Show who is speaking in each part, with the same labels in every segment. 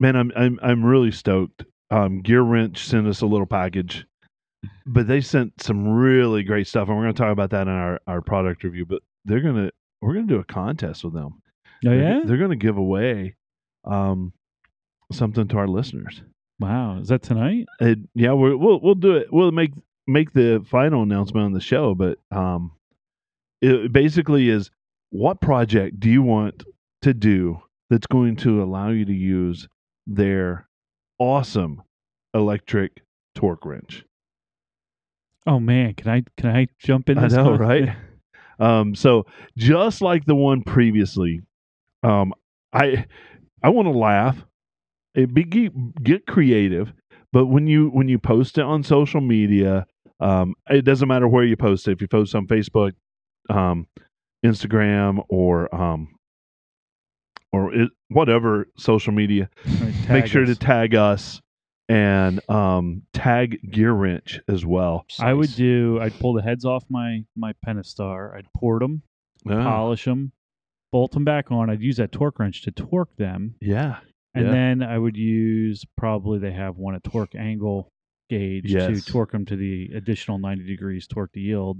Speaker 1: man, I'm I'm I'm really stoked. Um, Gear Wrench sent us a little package, but they sent some really great stuff, and we're going to talk about that in our our product review. But they're gonna we're gonna do a contest with them.
Speaker 2: Oh
Speaker 1: They're-
Speaker 2: yeah.
Speaker 1: they're gonna give away um something to our listeners.
Speaker 2: Wow. Is that tonight?
Speaker 1: It, Uh, yeah, we're, we'll we'll do it. We'll make make the final announcement on the show, but um, it basically is what project do you want to do that's going to allow you to use their awesome electric torque wrench?
Speaker 2: Oh man, can I can I jump in?
Speaker 1: I
Speaker 2: This
Speaker 1: know,
Speaker 2: con-
Speaker 1: right? Um, so just like the one previously, um, I I want to laugh. It be, get, get creative, but when you when you post it on social media, um, it doesn't matter where you post it. If you post on Facebook, um, Instagram, or um, or it, whatever social media,
Speaker 2: Right,
Speaker 1: make
Speaker 2: tag
Speaker 1: sure to
Speaker 2: us.
Speaker 1: tag us and um, tag Gear Wrench as well.
Speaker 2: I would do. I'd pull the heads off my my Pentastar. I'd port them,
Speaker 1: Yeah.
Speaker 2: polish them, bolt them back on. I'd use that torque wrench to torque them,
Speaker 1: yeah.
Speaker 2: and
Speaker 1: Yeah.
Speaker 2: then I would use probably they have one a torque angle gauge
Speaker 1: Yes.
Speaker 2: to torque them to the additional ninety degrees torque to yield,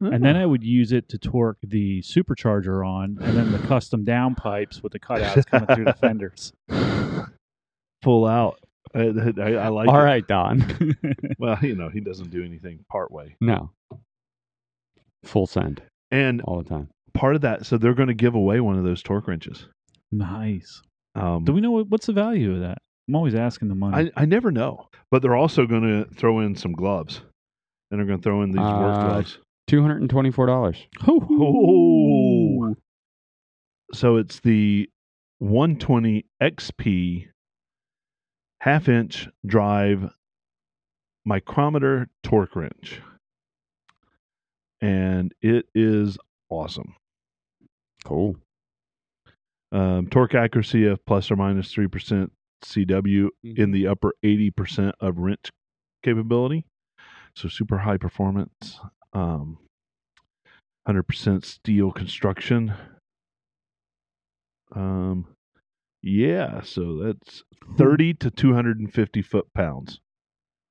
Speaker 2: and
Speaker 1: Ah.
Speaker 2: then I would use it to torque the supercharger on, and then the custom down pipes with the cutouts coming through the fenders.
Speaker 1: pull out. I, I, I like.
Speaker 3: All
Speaker 1: it.
Speaker 3: right, Don.
Speaker 1: Well, you know, he doesn't do anything part way.
Speaker 3: no. Full send
Speaker 1: And
Speaker 3: all the time.
Speaker 1: part of that, so they're going to give away one of those torque wrenches.
Speaker 2: Nice.
Speaker 1: Um,
Speaker 2: Do we know what, what's the value of that? I'm always asking the money.
Speaker 1: I, I never know, but they're also going to throw in some gloves, and they're going to throw in these work
Speaker 3: Uh,
Speaker 1: gloves.
Speaker 3: Two hundred and twenty-four dollars.
Speaker 1: Oh. So it's the 120 XP half inch drive micrometer torque wrench. And it is awesome.
Speaker 3: Cool.
Speaker 1: Um, torque accuracy of plus or minus 3% CW in the upper 80% of wrench capability. So super high performance. Um, 100% steel construction. Um, yeah, so that's
Speaker 3: Hmm.
Speaker 1: 30 to 250 foot pounds.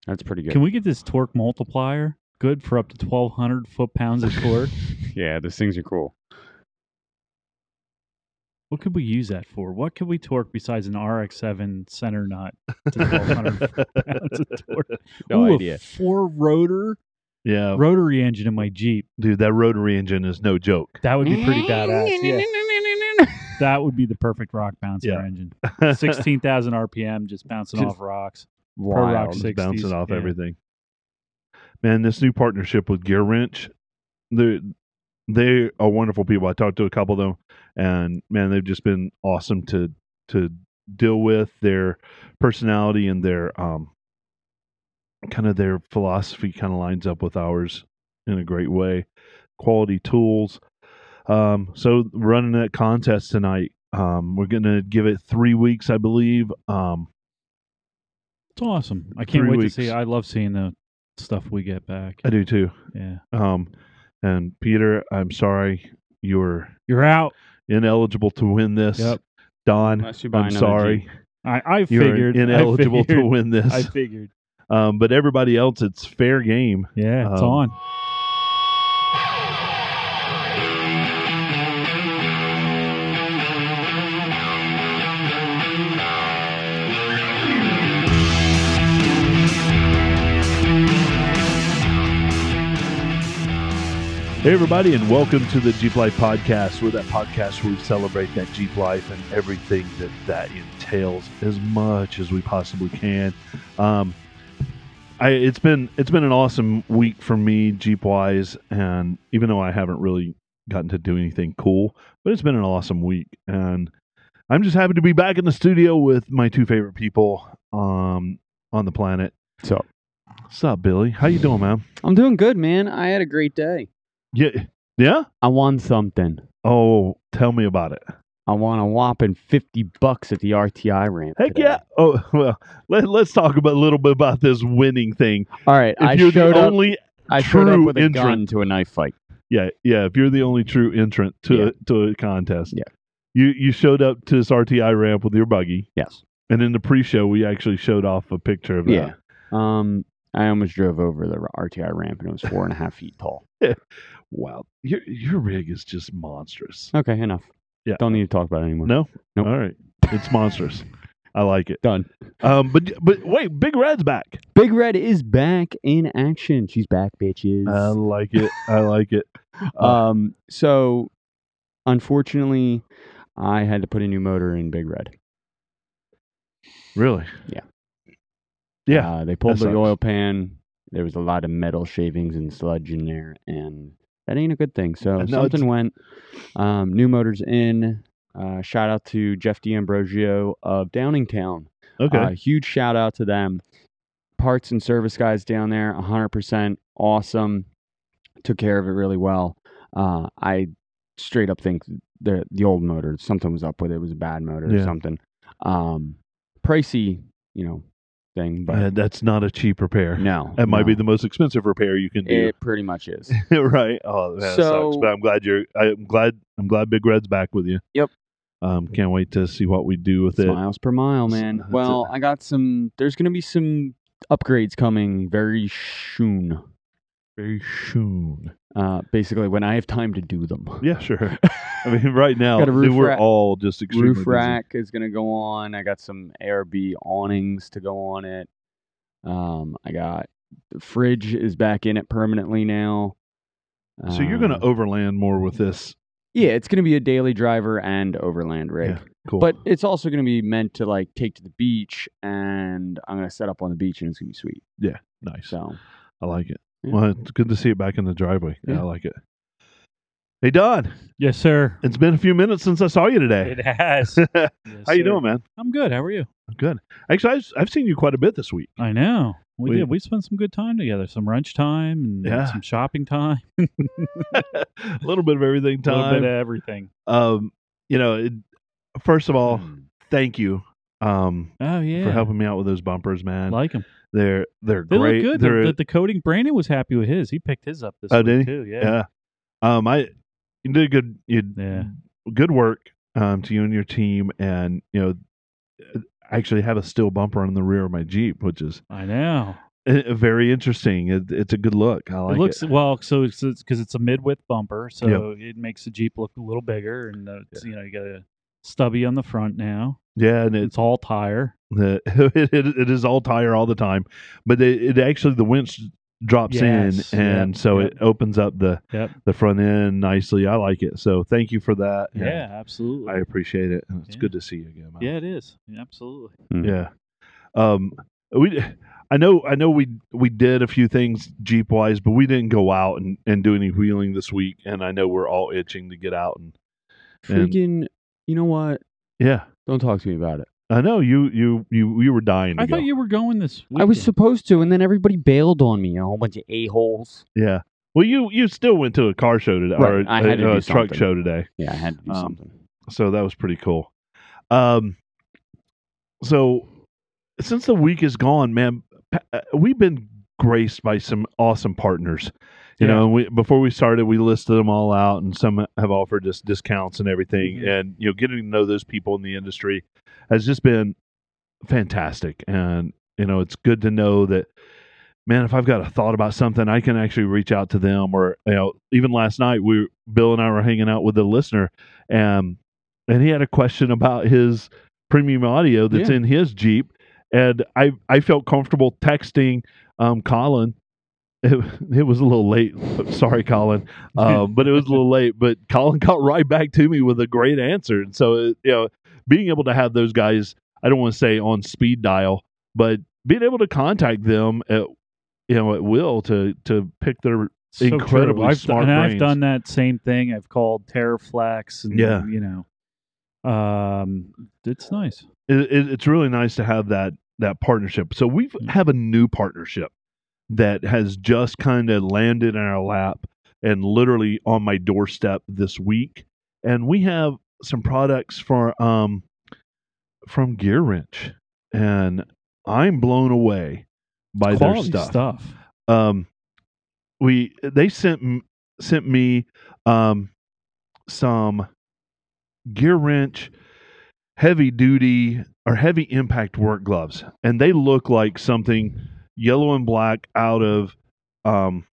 Speaker 3: That's pretty good.
Speaker 2: Can we get this torque multiplier? Good for up to 1,200 foot pounds of torque.
Speaker 3: yeah, those things are cool.
Speaker 2: what could we use that for? What could we torque besides an RX 7 center nut to 1,200 pounds of
Speaker 1: yeah,
Speaker 2: torque?
Speaker 3: No
Speaker 2: Ooh,
Speaker 3: idea. Oh.
Speaker 2: A four rotor rotary engine in my Jeep.
Speaker 1: dude, that rotary engine is no joke.
Speaker 2: That would be pretty badass. Yeah. That would be the perfect rock bouncer
Speaker 1: Yeah.
Speaker 2: engine. 16,000 RPM, just bouncing
Speaker 1: Just-
Speaker 2: off rocks.
Speaker 3: Wild.
Speaker 2: rock
Speaker 1: Just
Speaker 2: 60s,
Speaker 1: bouncing off
Speaker 2: yeah.
Speaker 1: everything. Man, this new partnership with Gear Wrench, they they are wonderful people. I talked to a couple of them, and man, they've just been awesome to to deal with their personality and their um kind of their philosophy kind of lines up with ours in a great way. Quality tools. Um, so running that contest tonight. Um, we're gonna give it three weeks, I believe. Um,
Speaker 2: It's awesome. I can't
Speaker 1: Three
Speaker 2: wait
Speaker 1: weeks. Uh,
Speaker 2: to see. I love seeing the stuff we get back.
Speaker 1: I do too.
Speaker 2: Yeah.
Speaker 1: Um, and Peter, I'm sorry you're
Speaker 2: You're out.
Speaker 1: ineligible to win this.
Speaker 2: Yep.
Speaker 1: Don,
Speaker 3: Unless you buy
Speaker 1: I'm
Speaker 3: another
Speaker 1: sorry
Speaker 2: I, I
Speaker 1: you're
Speaker 2: figured. I
Speaker 1: ineligible
Speaker 2: figured,
Speaker 1: to win this.
Speaker 2: I figured.
Speaker 1: um, but everybody else, it's fair game.
Speaker 2: Yeah, it's
Speaker 1: Um,
Speaker 2: on.
Speaker 1: Hey, everybody, and welcome to the Jeep Life Podcast. We're that podcast where we celebrate that Jeep life and everything that that entails as much as we possibly can. Um, I, it's been it's been an awesome week for me Jeep wise, and even though I haven't really gotten to do anything cool, but it's been an awesome week, and I'm just happy to be back in the studio with my two favorite people um, on the planet.
Speaker 3: So
Speaker 1: What's up, Billy? How you doing, man?
Speaker 3: I'm doing good, man. I had a great day.
Speaker 1: Yeah, yeah.
Speaker 3: I won something.
Speaker 1: Oh, tell me about it.
Speaker 3: I won a whopping fifty bucks at the RTI ramp.
Speaker 1: Heck
Speaker 3: today.
Speaker 1: yeah! Oh well, let, let's talk about a little bit about this winning thing.
Speaker 3: All right,
Speaker 1: If
Speaker 3: I
Speaker 1: you're the
Speaker 3: showed up.
Speaker 1: only,
Speaker 3: I showed up
Speaker 1: true
Speaker 3: with a
Speaker 1: entrant.
Speaker 3: gun to a knife fight.
Speaker 1: yeah, yeah, if you're the only true entrant to
Speaker 3: Yeah.
Speaker 1: to a contest,
Speaker 3: Yeah.
Speaker 1: you you showed up to this RTI ramp with your buggy,
Speaker 3: Yes.
Speaker 1: And in the pre-show, we actually showed off a picture of that.
Speaker 3: Yeah. Um, I almost drove over the RTI ramp and it was four and a half feet tall.
Speaker 1: Wow, your your rig is just monstrous.
Speaker 3: Okay, enough.
Speaker 1: Yeah.
Speaker 3: Don't need to talk about it anymore.
Speaker 1: No,
Speaker 3: Nope.
Speaker 1: all right, it's monstrous. I like it.
Speaker 3: Done.
Speaker 1: Um, but but wait, Big Red's back.
Speaker 3: Big Red is back in action. She's back, bitches.
Speaker 1: I like it. I like it.
Speaker 3: um, so unfortunately, I had to put a new motor in Big Red.
Speaker 1: Really?
Speaker 3: Yeah.
Speaker 1: Yeah.
Speaker 3: Uh, they pulled
Speaker 1: that
Speaker 3: the
Speaker 1: sucks.
Speaker 3: oil pan. There was a lot of metal shavings and sludge in there, and that ain't a good thing. So
Speaker 1: No, it's-
Speaker 3: something went. Um, new motors in. Uh, shout out to Jeff D'Ambrosio of Downingtown.
Speaker 1: Okay.
Speaker 3: Uh, huge shout out to them. Parts and service guys down there, 100% awesome. Took care of it really well. Uh, I straight up think the the old motor, something was up with it. It was a bad motor
Speaker 1: Yeah.
Speaker 3: or something. Um, pricey, you know, thing, but
Speaker 1: Uh, that's not a cheap repair.
Speaker 3: no.
Speaker 1: That might
Speaker 3: no.
Speaker 1: be the most expensive repair you can do.
Speaker 3: It pretty much is.
Speaker 1: right. Oh, that sucks.
Speaker 3: So-
Speaker 1: But I'm glad you're. I'm glad. I'm glad Big Red's back with you.
Speaker 3: Yep.
Speaker 1: Um, can't wait to see what we do with it.
Speaker 3: It's miles per mile,
Speaker 1: That's-
Speaker 3: man.
Speaker 1: that's
Speaker 3: Well, I got some. There's going to be some upgrades coming very soon.
Speaker 1: Very soon.
Speaker 3: Uh, basically, when I have time to do them.
Speaker 1: Yeah, sure. I mean, right now
Speaker 3: Got a roof
Speaker 1: we're
Speaker 3: rack-
Speaker 1: all just extremely
Speaker 3: roof
Speaker 1: busy.
Speaker 3: rack is going to go on. I got some ARB awnings to go on it. Um, I got the fridge is back in it permanently now.
Speaker 1: So you're going to
Speaker 3: Uh,
Speaker 1: overland more with this.
Speaker 3: yeah, it's going to be a daily driver and overland rig,
Speaker 1: Yeah, cool.
Speaker 3: but it's also going to be meant to like take to the beach, and I'm going to set up on the beach, and it's going to be sweet.
Speaker 1: nice.
Speaker 3: So
Speaker 1: I like it.
Speaker 3: Yeah.
Speaker 1: Well, it's good to see it back in the driveway. Yeah,
Speaker 3: Yeah.
Speaker 1: I like it. Hey, Don.
Speaker 2: Yes, sir.
Speaker 1: It's been a few minutes since I saw you today.
Speaker 2: It has.
Speaker 1: How
Speaker 2: Yes,
Speaker 1: you
Speaker 2: sir.
Speaker 1: doing, man?
Speaker 2: I'm good. How are you?
Speaker 1: Good. Actually, I've, I've seen you quite a bit this week.
Speaker 2: I know. We,
Speaker 1: We-
Speaker 2: did. We spent some good time together. Some lunch time and
Speaker 1: Yeah.
Speaker 2: some shopping time.
Speaker 1: a little bit of everything.
Speaker 2: A
Speaker 1: Time.
Speaker 2: little bit of everything.
Speaker 1: um, you know, it, first of
Speaker 3: Hmm.
Speaker 1: all, thank you. Um,
Speaker 2: Oh Hmm. yeah.
Speaker 1: for helping me out with those bumpers, man.
Speaker 2: Like them.
Speaker 1: they're they're
Speaker 2: They
Speaker 1: great.
Speaker 2: look good.
Speaker 1: They're-
Speaker 2: The, the, the coating. Brandon was happy with his. He picked his up this
Speaker 1: Oh,
Speaker 2: week
Speaker 1: did he?
Speaker 2: too. Yeah.
Speaker 1: yeah. Um, I you did good. You
Speaker 2: Yeah.
Speaker 1: good work um, to you and your team, and you know, I actually have a steel bumper on the rear of my Jeep, which is
Speaker 2: I know.
Speaker 1: uh, very interesting. It, it's a good look. I like
Speaker 2: it looks
Speaker 1: it.
Speaker 2: well, so because it's, 'cause it's a mid-width bumper, so it makes the Jeep look a little bigger, and uh, it's, you know you got a stubby on the front now.
Speaker 1: Yeah, and it,
Speaker 2: It's all tire.
Speaker 1: the, it, it it is all tire all the time, but it, it actually the winch drops
Speaker 2: Yes,
Speaker 1: in, and
Speaker 2: yep,
Speaker 1: so
Speaker 2: yep.
Speaker 1: it opens up the
Speaker 2: Yep.
Speaker 1: the front end nicely. I like it. So thank you for that.
Speaker 2: Yeah,
Speaker 1: and
Speaker 2: absolutely.
Speaker 1: I uh, appreciate it. and It's
Speaker 2: Yeah.
Speaker 1: good to see you again. man.
Speaker 2: yeah, it is. Yeah, absolutely.
Speaker 1: Yeah. Um we I know I know we we did a few things Jeep wise, but we didn't go out and, and do any wheeling this week and I know we're all itching to get out and And-
Speaker 3: freaking. You know what?
Speaker 1: yeah.
Speaker 3: Don't talk to me about it.
Speaker 1: I know you you you you were dying to
Speaker 2: I
Speaker 1: go.
Speaker 2: thought you were going this. Weekend.
Speaker 3: I was supposed to, and then everybody bailed on me. A whole bunch of a holes.
Speaker 1: yeah. Well you you still went to a car show today or
Speaker 3: Right, I had
Speaker 1: a,
Speaker 3: to
Speaker 1: a
Speaker 3: do
Speaker 1: truck
Speaker 3: something.
Speaker 1: show today.
Speaker 3: Yeah, I had to do
Speaker 1: Um,
Speaker 3: something.
Speaker 1: So that was pretty cool. Um so since the week is gone, man, pa- uh, we've been graced by some awesome partners. You
Speaker 2: Yeah.
Speaker 1: know, we, before we started, we listed them all out, and some have offered us discounts and everything.
Speaker 2: Mhm.
Speaker 1: And you know, getting to know those people in the industry has just been fantastic. And you know, it's good to know that. Man, if I've got a thought about something, I can actually reach out to them. Or you know, even last night, we Bill and I were hanging out with the listener, and Um, and he had a question about his premium audio that's
Speaker 3: Yeah.
Speaker 1: in his Jeep, and I I felt comfortable texting um, Colin. It, it was a little late. Sorry, Colin, um, but it was a little late. But Colin got right back to me with a great answer, and so it, you know, being able to have those guys, I don't want to say on speed dial, but being able to contact them at you know at will to to pick their
Speaker 2: So true.
Speaker 1: incredibly
Speaker 2: I've,
Speaker 1: smart
Speaker 2: And I've
Speaker 1: brains.
Speaker 2: done that same thing. I've called Terraflex, and
Speaker 1: Yeah.
Speaker 2: you know, um, it's nice.
Speaker 1: it, it, it's really nice to have that that partnership. So we
Speaker 2: Mm.
Speaker 1: have a new partnership that has just kind of landed in our lap and literally on my doorstep this week. And we have some products for um from Gear Wrench, and I'm blown away by their
Speaker 2: Quality
Speaker 1: stuff.
Speaker 2: stuff.
Speaker 1: Um, we they sent m- sent me um some gear wrench heavy duty are heavy impact work gloves, and they look like something yellow and black out of um,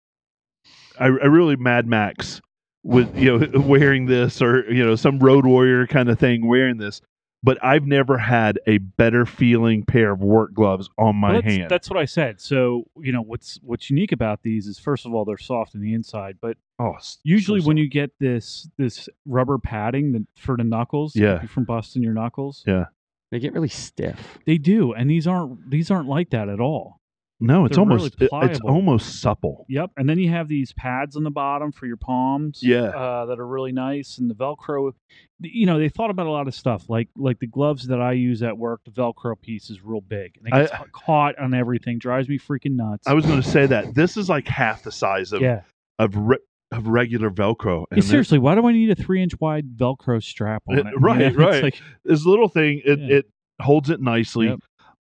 Speaker 1: I, I really Mad Max with you know wearing this or you know some road warrior kind of thing wearing this. But I've never had a better feeling pair of work gloves on my
Speaker 2: Well, that's,
Speaker 1: hand.
Speaker 2: That's what I said. So you know what's what's unique about these is first of all they're soft on the inside, but
Speaker 1: oh, s-
Speaker 2: usually
Speaker 1: so
Speaker 2: when you get this this rubber padding that, for the knuckles, to
Speaker 1: Yeah.
Speaker 2: keep you from busting your knuckles,
Speaker 1: Yeah.
Speaker 3: They get really stiff.
Speaker 2: they do, and these aren't these aren't like that at all.
Speaker 1: no, it's
Speaker 2: they're
Speaker 1: almost
Speaker 2: really
Speaker 1: it- it's
Speaker 2: pliable.
Speaker 1: almost supple.
Speaker 2: Yep, and then you have these pads on the bottom for your palms,
Speaker 1: Yeah.
Speaker 2: uh, that are really nice, and the Velcro. You know, they thought about a lot of stuff, like like the gloves that I use at work. The Velcro piece is real big, and it
Speaker 1: I-
Speaker 2: gets caught on everything, drives me freaking nuts.
Speaker 1: I was going to say that this is like half the size of
Speaker 2: yeah,
Speaker 1: of, re- of regular Velcro.
Speaker 2: Yeah,
Speaker 1: they're-
Speaker 2: seriously, why do I need a three inch wide Velcro strap on it?
Speaker 1: Uh, right,
Speaker 2: You know, it's
Speaker 1: right.
Speaker 2: like-
Speaker 1: this little thing it,
Speaker 2: Yeah.
Speaker 1: it holds it nicely
Speaker 2: Yep.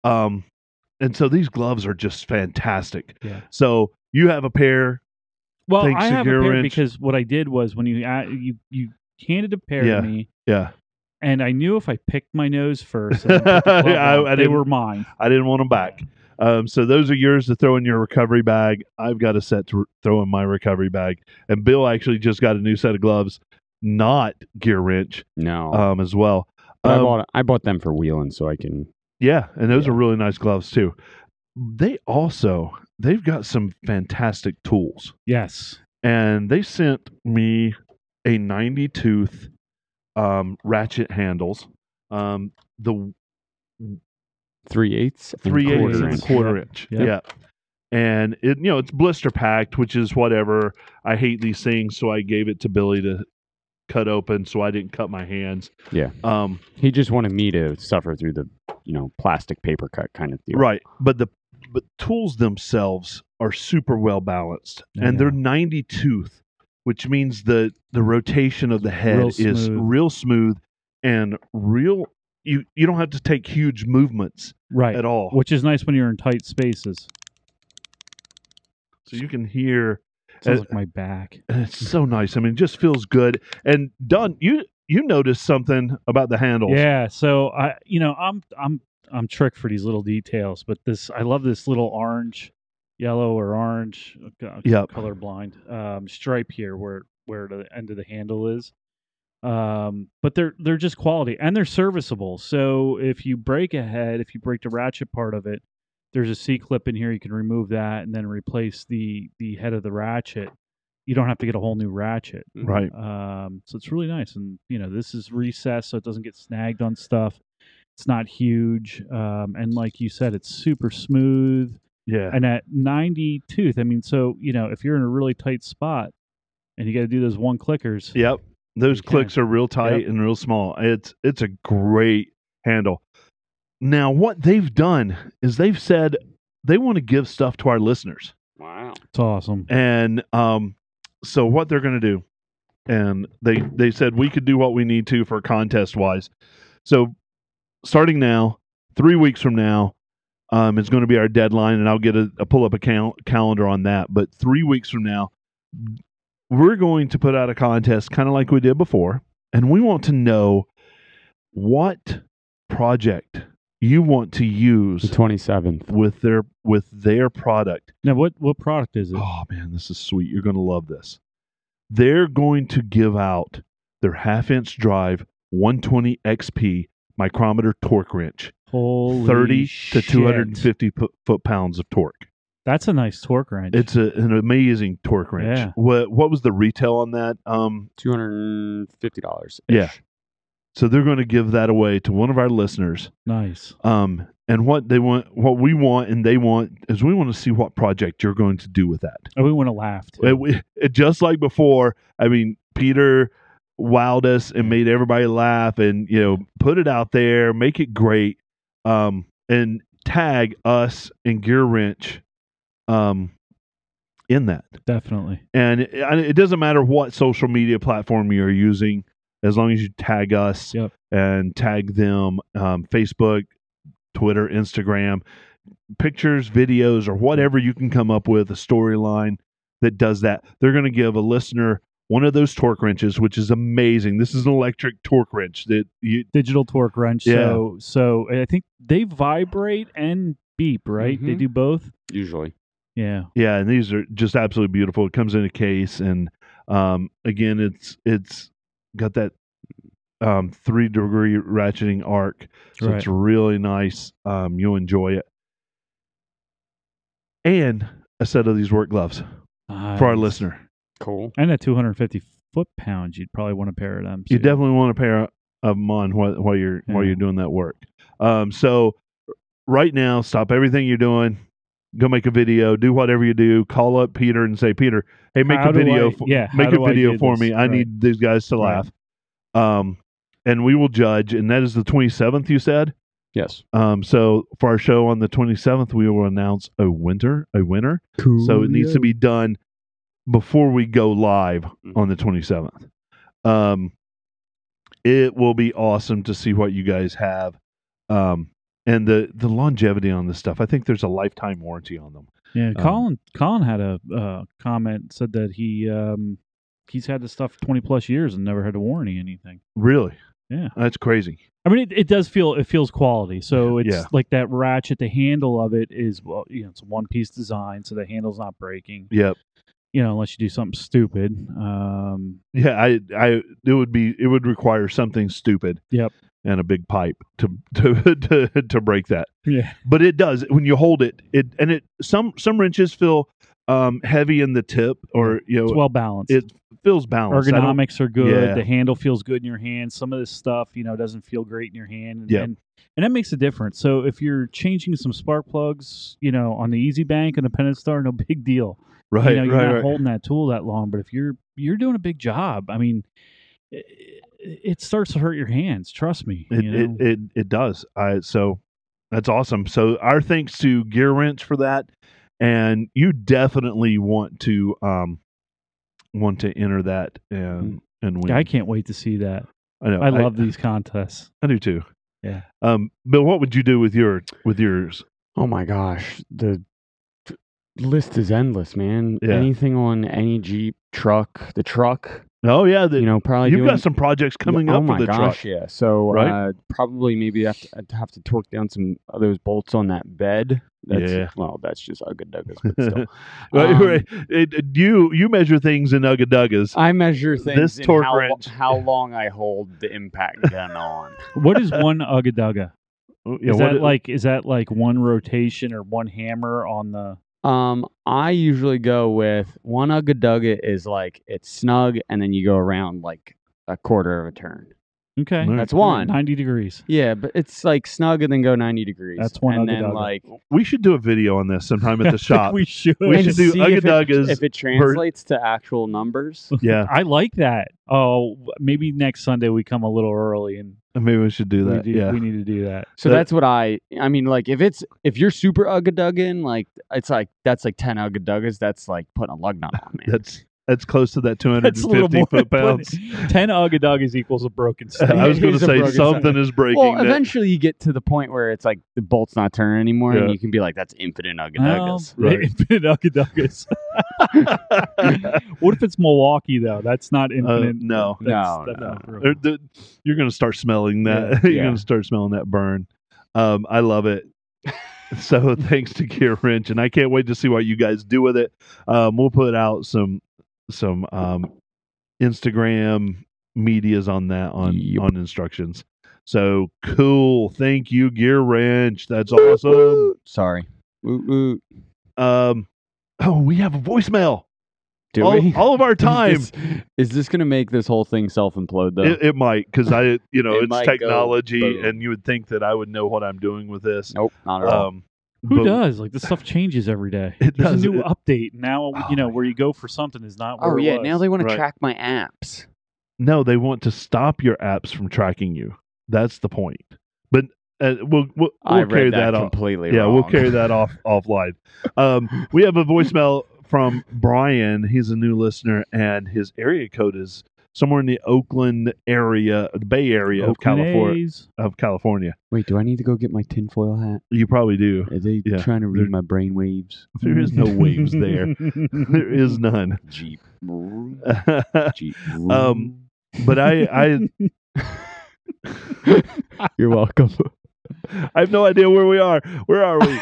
Speaker 1: um and so these gloves are just fantastic
Speaker 2: Yeah.
Speaker 1: so you have a pair
Speaker 2: well,
Speaker 1: Thanks
Speaker 2: I
Speaker 1: to
Speaker 2: have a
Speaker 1: your
Speaker 2: pair
Speaker 1: wrench.
Speaker 2: because what I did was when you a- you you handed a pair
Speaker 1: Yeah.
Speaker 2: to me,
Speaker 1: yeah
Speaker 2: and I knew if I picked my nose first, and then put the glove
Speaker 1: I,
Speaker 2: on,
Speaker 1: I
Speaker 2: they
Speaker 1: didn't,
Speaker 2: were mine.
Speaker 1: I didn't want them back um, so those are yours to throw in your recovery bag i've got a set to re- throw in my recovery bag and bill actually just got a new set of gloves not gear wrench
Speaker 3: No,
Speaker 1: um, as well
Speaker 3: but I
Speaker 1: Um,
Speaker 3: bought I bought them for wheeling, so I can.
Speaker 1: Yeah, and those
Speaker 3: Yeah.
Speaker 1: are really nice gloves too. They also they've got some fantastic tools,
Speaker 2: Yes,
Speaker 1: and they sent me a ninety tooth um, ratchet handles, um, the
Speaker 3: Three eighths,
Speaker 1: three eighths
Speaker 2: quarter
Speaker 1: and
Speaker 2: inch.
Speaker 1: quarter inch,
Speaker 2: Yep.
Speaker 1: yeah. And it you know it's blister packed, which is whatever. I hate these things, so I gave it to Billy to cut open, so I didn't cut my hands.
Speaker 3: Yeah.
Speaker 1: Um,
Speaker 3: He just wanted me to suffer through the, you know, plastic paper cut kind of deal.
Speaker 1: Right. But the but tools themselves are super well balanced.
Speaker 2: I
Speaker 1: and they're
Speaker 2: know.
Speaker 1: 90 tooth, which means the the rotation of the head
Speaker 2: Real
Speaker 1: is
Speaker 2: smooth.
Speaker 1: real smooth and real you you don't have to take huge movements
Speaker 2: right.
Speaker 1: at all.
Speaker 2: Which is nice when you're in tight spaces.
Speaker 1: So you can hear Uh,
Speaker 2: Sounds like my back.
Speaker 1: and it's so nice. I mean, it just feels good. And Don, you you noticed something about the handles.
Speaker 2: Yeah. So I, you know, I'm I'm I'm tricked for these little details, but this I love this little orange, yellow or orange, uh,
Speaker 1: Yep.
Speaker 2: colorblind um, stripe here where where the end of the handle is. Um, but they're they're just quality and they're serviceable. So if you break a head, if you break the ratchet part of it, there's a C clip in here. You can remove that and then replace the the head of the ratchet. You don't have to get a whole new ratchet.
Speaker 1: Right.
Speaker 2: Um, so it's really nice, and you know this is recessed, so it doesn't get snagged on stuff. It's not huge, um, and like you said, it's super smooth.
Speaker 1: Yeah.
Speaker 2: And at ninety tooth, I mean, so you know if you're in a really tight spot, and you got to do those one clickers,
Speaker 1: Yep. Those
Speaker 2: You can.
Speaker 1: clicks are real tight
Speaker 2: Yep.
Speaker 1: and real small. It's it's a great handle. Now what they've done is they've said they want to give stuff to our listeners.
Speaker 3: Wow.
Speaker 2: it's awesome.
Speaker 1: And um so what they're going to do and they they said we could do what we need to for contest wise. So starting now, 3 weeks from now um is going to be our deadline and I'll get a, a pull up a cal- calendar on that, but 3 weeks from now we're going to put out a contest kind of like we did before and we want to know what project you want to
Speaker 3: The
Speaker 1: use
Speaker 3: twenty seventh.
Speaker 1: with their with their product
Speaker 2: Now, what what product is it?
Speaker 1: Oh man, this is sweet. You're going to love this. They're going to give out their half inch drive 120 XP micrometer torque wrench,
Speaker 2: Holy
Speaker 1: 30
Speaker 2: shit.
Speaker 1: to 250 p- foot pounds of torque.
Speaker 2: That's a nice torque wrench.
Speaker 1: It's a, an amazing torque wrench.
Speaker 2: Yeah.
Speaker 1: What what was the retail on that? Um,
Speaker 3: Two hundred and fifty dollars.
Speaker 1: Yeah. so they're going to give that away to one of our listeners.
Speaker 2: nice.
Speaker 1: Um, and what they want, what we want, and they want is we want to see what project you're going to do with that.
Speaker 2: Oh, we want to laugh. too.
Speaker 1: It, we- it- just like before, I mean, Peter wowed us and made everybody laugh and, you know, put it out there, make it great, um, and tag us and Gear Wrench um, in that.
Speaker 2: Definitely.
Speaker 1: And it, and it doesn't matter what social media platform you're using, as long as you tag us
Speaker 2: Yep.
Speaker 1: and tag them um, Facebook, Twitter, Instagram, pictures, videos, or whatever you can come up with, a storyline that does that. They're going to give a listener one of those torque wrenches, which is amazing. This is an electric torque wrench that you
Speaker 2: digital torque wrench. So so I think they vibrate and beep, right? They
Speaker 1: Mm-hmm.
Speaker 3: Mhm.
Speaker 2: do both.
Speaker 3: Usually.
Speaker 2: Yeah.
Speaker 1: Yeah, and these are just absolutely beautiful. It comes in a case, and um, again, it's it's got that um, three degree ratcheting arc, so it's really nice. Um, you'll enjoy it, and a set of these work gloves for our
Speaker 2: Nice.
Speaker 1: listener.
Speaker 3: Cool.
Speaker 2: And at 250 foot pounds, you'd probably want a pair of them.
Speaker 1: You
Speaker 2: too.
Speaker 1: definitely want a pair of them on while, while you're while
Speaker 2: Yeah.
Speaker 1: you're doing that work. Um, so right now, stop everything you're doing. Go make a video. Do whatever you do. Call up Peter and say, Peter, hey, make
Speaker 2: How
Speaker 1: a
Speaker 2: do
Speaker 1: video.
Speaker 2: I-
Speaker 1: for-
Speaker 2: yeah. how
Speaker 1: make a
Speaker 2: do I
Speaker 1: video
Speaker 2: do
Speaker 1: for
Speaker 2: this?
Speaker 1: me. I
Speaker 2: Right.
Speaker 1: need these guys to
Speaker 2: Right.
Speaker 1: laugh. Um, and we will judge. And that is the 27th, you said.
Speaker 3: Yes.
Speaker 1: Um, so for our show on the 27th, we will announce a winner, a winner.
Speaker 3: Cool.
Speaker 1: So it needs to be done before we go live
Speaker 3: Mm.
Speaker 1: on the 27th. Um, it will be awesome to see what you guys have. Um, and the, the longevity on this stuff. I think there's a lifetime warranty on them.
Speaker 2: Yeah,
Speaker 1: Um,
Speaker 2: Colin. Colin had a uh, comment said that he um, he's had this stuff twenty plus years and never had to warranty anything.
Speaker 1: Really?
Speaker 2: Yeah.
Speaker 1: That's crazy.
Speaker 2: I mean, it, it does feel it feels quality. So it's
Speaker 1: Yeah.
Speaker 2: like that ratchet. The handle of it is well, you know, it's a one piece design, so the handle's not breaking.
Speaker 1: Yep.
Speaker 2: You know, unless you do something stupid. Um,
Speaker 1: Yeah, I, I, it would be, it would require something stupid.
Speaker 2: Yep.
Speaker 1: And a big pipe to to to, to break that,
Speaker 2: yeah,
Speaker 1: but it does when you hold it. It and it some some wrenches feel um heavy in the tip, or you know
Speaker 2: it's well balanced.
Speaker 1: it feels balanced. I don't-
Speaker 2: Ergonomics are good.
Speaker 1: Oh, Yeah.
Speaker 2: The handle feels good in your hand. Some of this stuff, you know, doesn't feel great in your hand. And,
Speaker 1: Yeah.
Speaker 2: and, and that makes a difference. So if you're changing some spark plugs, you know, on the Easy Bank and the Pennant Star, no big deal.
Speaker 1: Right,
Speaker 2: you know, you're
Speaker 1: right,
Speaker 2: not
Speaker 1: right.
Speaker 2: holding that tool that long, but if you're you're doing a big job, I mean, it, it starts to hurt your hands. Trust me.
Speaker 1: It,
Speaker 2: you know?
Speaker 1: it, it it does. I so that's awesome. So our thanks to Gear Wrench for that, and you definitely want to um want to enter that and and win.
Speaker 2: Mm. I can't wait to see that.
Speaker 1: know.
Speaker 2: I love these contests.
Speaker 1: I do too.
Speaker 2: Yeah.
Speaker 1: Um, but what would you do with your with yours?
Speaker 3: Oh my gosh, the f- list is endless, man.
Speaker 1: Yeah.
Speaker 3: Anything on any Jeep, truck, the truck,
Speaker 1: Oh yeah, the,
Speaker 3: you
Speaker 1: you
Speaker 3: know, probably
Speaker 1: have
Speaker 3: doing,
Speaker 1: got some projects coming
Speaker 3: Yeah,
Speaker 1: up
Speaker 3: oh
Speaker 1: for
Speaker 3: my
Speaker 1: the
Speaker 3: gosh,
Speaker 1: truck.
Speaker 3: Yeah, so
Speaker 1: Right?
Speaker 3: uh, probably maybe have to, I'd have to torque down some of those bolts on that bed. That's,
Speaker 1: Yeah.
Speaker 3: Well, that's just Uggaduggas, but still.
Speaker 1: Right,
Speaker 3: Um,
Speaker 1: right. It- it- you you measure things in Ugga Duggas.
Speaker 3: I measure things
Speaker 1: This
Speaker 3: in
Speaker 1: torque
Speaker 3: how, lo-
Speaker 1: wrench.
Speaker 3: how long I hold the impact gun on.
Speaker 2: What is one ugadaga?
Speaker 1: Oh, yeah,
Speaker 2: Is
Speaker 1: what
Speaker 2: that
Speaker 1: it-
Speaker 2: like is that like one rotation or one hammer on the
Speaker 3: Um, I usually go with one Uggadugga is like it's snug, and then you go around like a quarter of a turn.
Speaker 2: Okay.
Speaker 1: All right.
Speaker 3: That's one.
Speaker 2: 90 degrees.
Speaker 3: Yeah, but it's like snug and then go ninety degrees.
Speaker 2: That's one
Speaker 3: and then
Speaker 2: Uggadugga.
Speaker 3: like
Speaker 1: we should do a video on this sometime at the
Speaker 2: I think
Speaker 1: shop.
Speaker 2: we should.
Speaker 1: We
Speaker 3: and
Speaker 1: should do
Speaker 3: see if it-
Speaker 1: Uggaduggas
Speaker 3: if it translates to actual numbers.
Speaker 1: yeah,
Speaker 2: I like that. Oh, maybe next Sunday we come a little early and
Speaker 1: maybe we should do
Speaker 2: we,
Speaker 1: that.
Speaker 2: do-
Speaker 1: yeah,
Speaker 2: we need to do that.
Speaker 3: So
Speaker 1: That-
Speaker 3: that's what I I mean like if it's if you're super Uggaduggin like it's like that's like 10 Uggaduggas that's like putting a lug nut on man.
Speaker 1: That's that's close to that
Speaker 2: That's a little
Speaker 1: 250
Speaker 2: more.
Speaker 1: foot
Speaker 2: but
Speaker 1: pounds.
Speaker 2: 10 Uggaduggas equals a broken stick.
Speaker 1: I was
Speaker 3: It
Speaker 1: going to
Speaker 3: is a
Speaker 1: say
Speaker 3: broken
Speaker 1: something is breaking.
Speaker 3: well,
Speaker 1: that-
Speaker 3: eventually you get to the point where it's like the bolt's not turning anymore and
Speaker 1: Yeah.
Speaker 3: you can be like that's infinite
Speaker 2: Well,
Speaker 3: Uggaduggas.
Speaker 1: Right.
Speaker 2: Infinite Uggaduggas. what if it's Milwaukee, though? That's not infinite.
Speaker 1: Uh, no.
Speaker 2: That's-
Speaker 3: No,
Speaker 2: that's
Speaker 3: no,
Speaker 2: not real.
Speaker 1: Or the- you're going to start smelling that.
Speaker 3: Yeah.
Speaker 1: you're
Speaker 3: Yeah.
Speaker 1: going to start smelling that burn. Um, I love it. so thanks to Gear Wrench, and I can't wait to see what you guys do with it. Um, we'll put out some some um, Instagram medias on that on
Speaker 3: Yep.
Speaker 1: on instructions. So cool. Thank you, Gear Wrench. That's awesome.
Speaker 3: Sorry. Woot woot.
Speaker 1: Um, oh, we have a voicemail.
Speaker 3: Do
Speaker 1: all,
Speaker 3: we?
Speaker 1: all of our
Speaker 3: Is
Speaker 1: time.
Speaker 3: this- Is this going to make this whole thing self implode though?
Speaker 1: It, it might because I, you know,
Speaker 3: It
Speaker 1: it's
Speaker 3: might go
Speaker 1: technology,
Speaker 3: boom.
Speaker 1: and you would think that I would know what I'm doing with this.
Speaker 3: nope, not at all.
Speaker 1: Um,
Speaker 2: Who
Speaker 1: but-
Speaker 2: does? Like, this stuff changes every day.
Speaker 1: It
Speaker 2: There's
Speaker 1: does.
Speaker 2: a new
Speaker 1: It-
Speaker 2: update. Now,
Speaker 1: Oh
Speaker 2: you know,
Speaker 1: my
Speaker 2: where you go for something is not where
Speaker 3: oh
Speaker 2: it
Speaker 3: yeah,
Speaker 2: was.
Speaker 3: now they want
Speaker 1: Right.
Speaker 3: to track my apps.
Speaker 1: No, they want to stop your apps from tracking you. That's the point. But uh, we'll we'll,
Speaker 3: I
Speaker 1: we'll
Speaker 3: read
Speaker 1: carry
Speaker 3: that,
Speaker 1: that, off.
Speaker 3: completely
Speaker 1: Yeah, we'll
Speaker 3: wrong.
Speaker 1: carry that off offline. Um, we have a voicemail from Brian. He's a new listener, and his area code is somewhere in the Oakland area, the Bay Area of
Speaker 2: Oakland
Speaker 1: California.
Speaker 2: A's.
Speaker 1: Of California,
Speaker 3: Wait, do I need to go get my tinfoil hat?
Speaker 1: you probably do.
Speaker 3: Are they
Speaker 1: Yeah,
Speaker 3: trying to
Speaker 1: they're-
Speaker 3: read my brain waves?
Speaker 1: There is no waves there. There is none.
Speaker 3: Jeep. Jeep.
Speaker 1: Um, but I, I,
Speaker 3: You're welcome.
Speaker 1: I have no idea where we are. Where are we?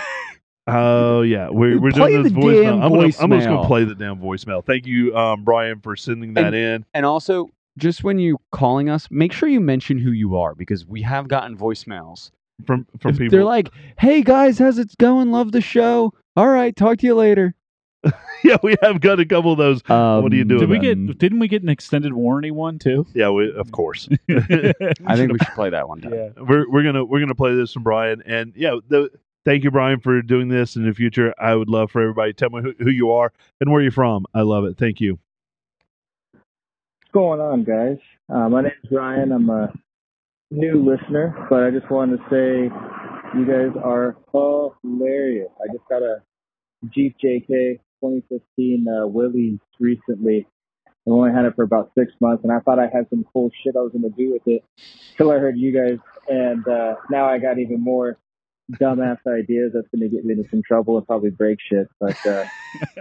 Speaker 1: Oh yeah, we're we're
Speaker 3: Play
Speaker 1: doing this
Speaker 3: the
Speaker 1: voicemail.
Speaker 3: damn
Speaker 1: I'm, gonna, I'm just
Speaker 3: voicemail.
Speaker 1: gonna play the damn voicemail. Thank you, um, Brian, for sending that in.
Speaker 3: and also, just when you calling us, make sure you mention who you are because we have gotten voicemails.
Speaker 1: from from
Speaker 3: If
Speaker 1: people.
Speaker 3: They're like, "Hey guys, how's it going? Love the show. All right, talk to you later."
Speaker 1: yeah, we have got a couple of those.
Speaker 3: Um,
Speaker 1: What are you doing?
Speaker 2: Did we
Speaker 3: then?
Speaker 2: get? Didn't we get an extended warranty one too?
Speaker 1: Yeah, we, of course.
Speaker 3: I think we should play that one time.
Speaker 2: yeah.
Speaker 1: we're we're gonna we're gonna play this from Brian, and yeah, the, thank you, Brian, for doing this. In the future, I would love for everybody to tell me who, who you are and where you're from. I love it. Thank you.
Speaker 4: What's going on, guys? Uh, my name's Ryan. I'm a new listener, but I just wanted to say you guys are hilarious. I just got a Jeep JK 2015 uh, Willys recently. I only had it for about six months, and I thought I had some cool shit I was going to do with it till I heard you guys, and uh, now I got even more dumbass ideas that's going to get me into some trouble and probably break shit. But uh,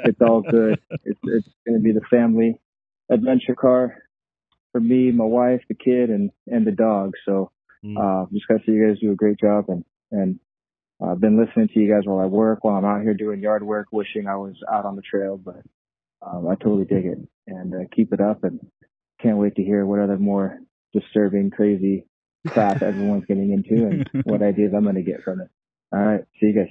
Speaker 4: it's all good. It's, it's going to be the family adventure car for me, my wife, the kid, and and the dog. So uh, just gotta say you guys do a great job, and and uh, I've been listening to you guys while I work, while I'm out here doing yard work, wishing I was out on the trail, but um, I totally dig it, and uh, keep it up, and can't wait to hear what other more disturbing, crazy crap everyone's getting into, and what ideas I'm gonna get from it. All right, see you guys.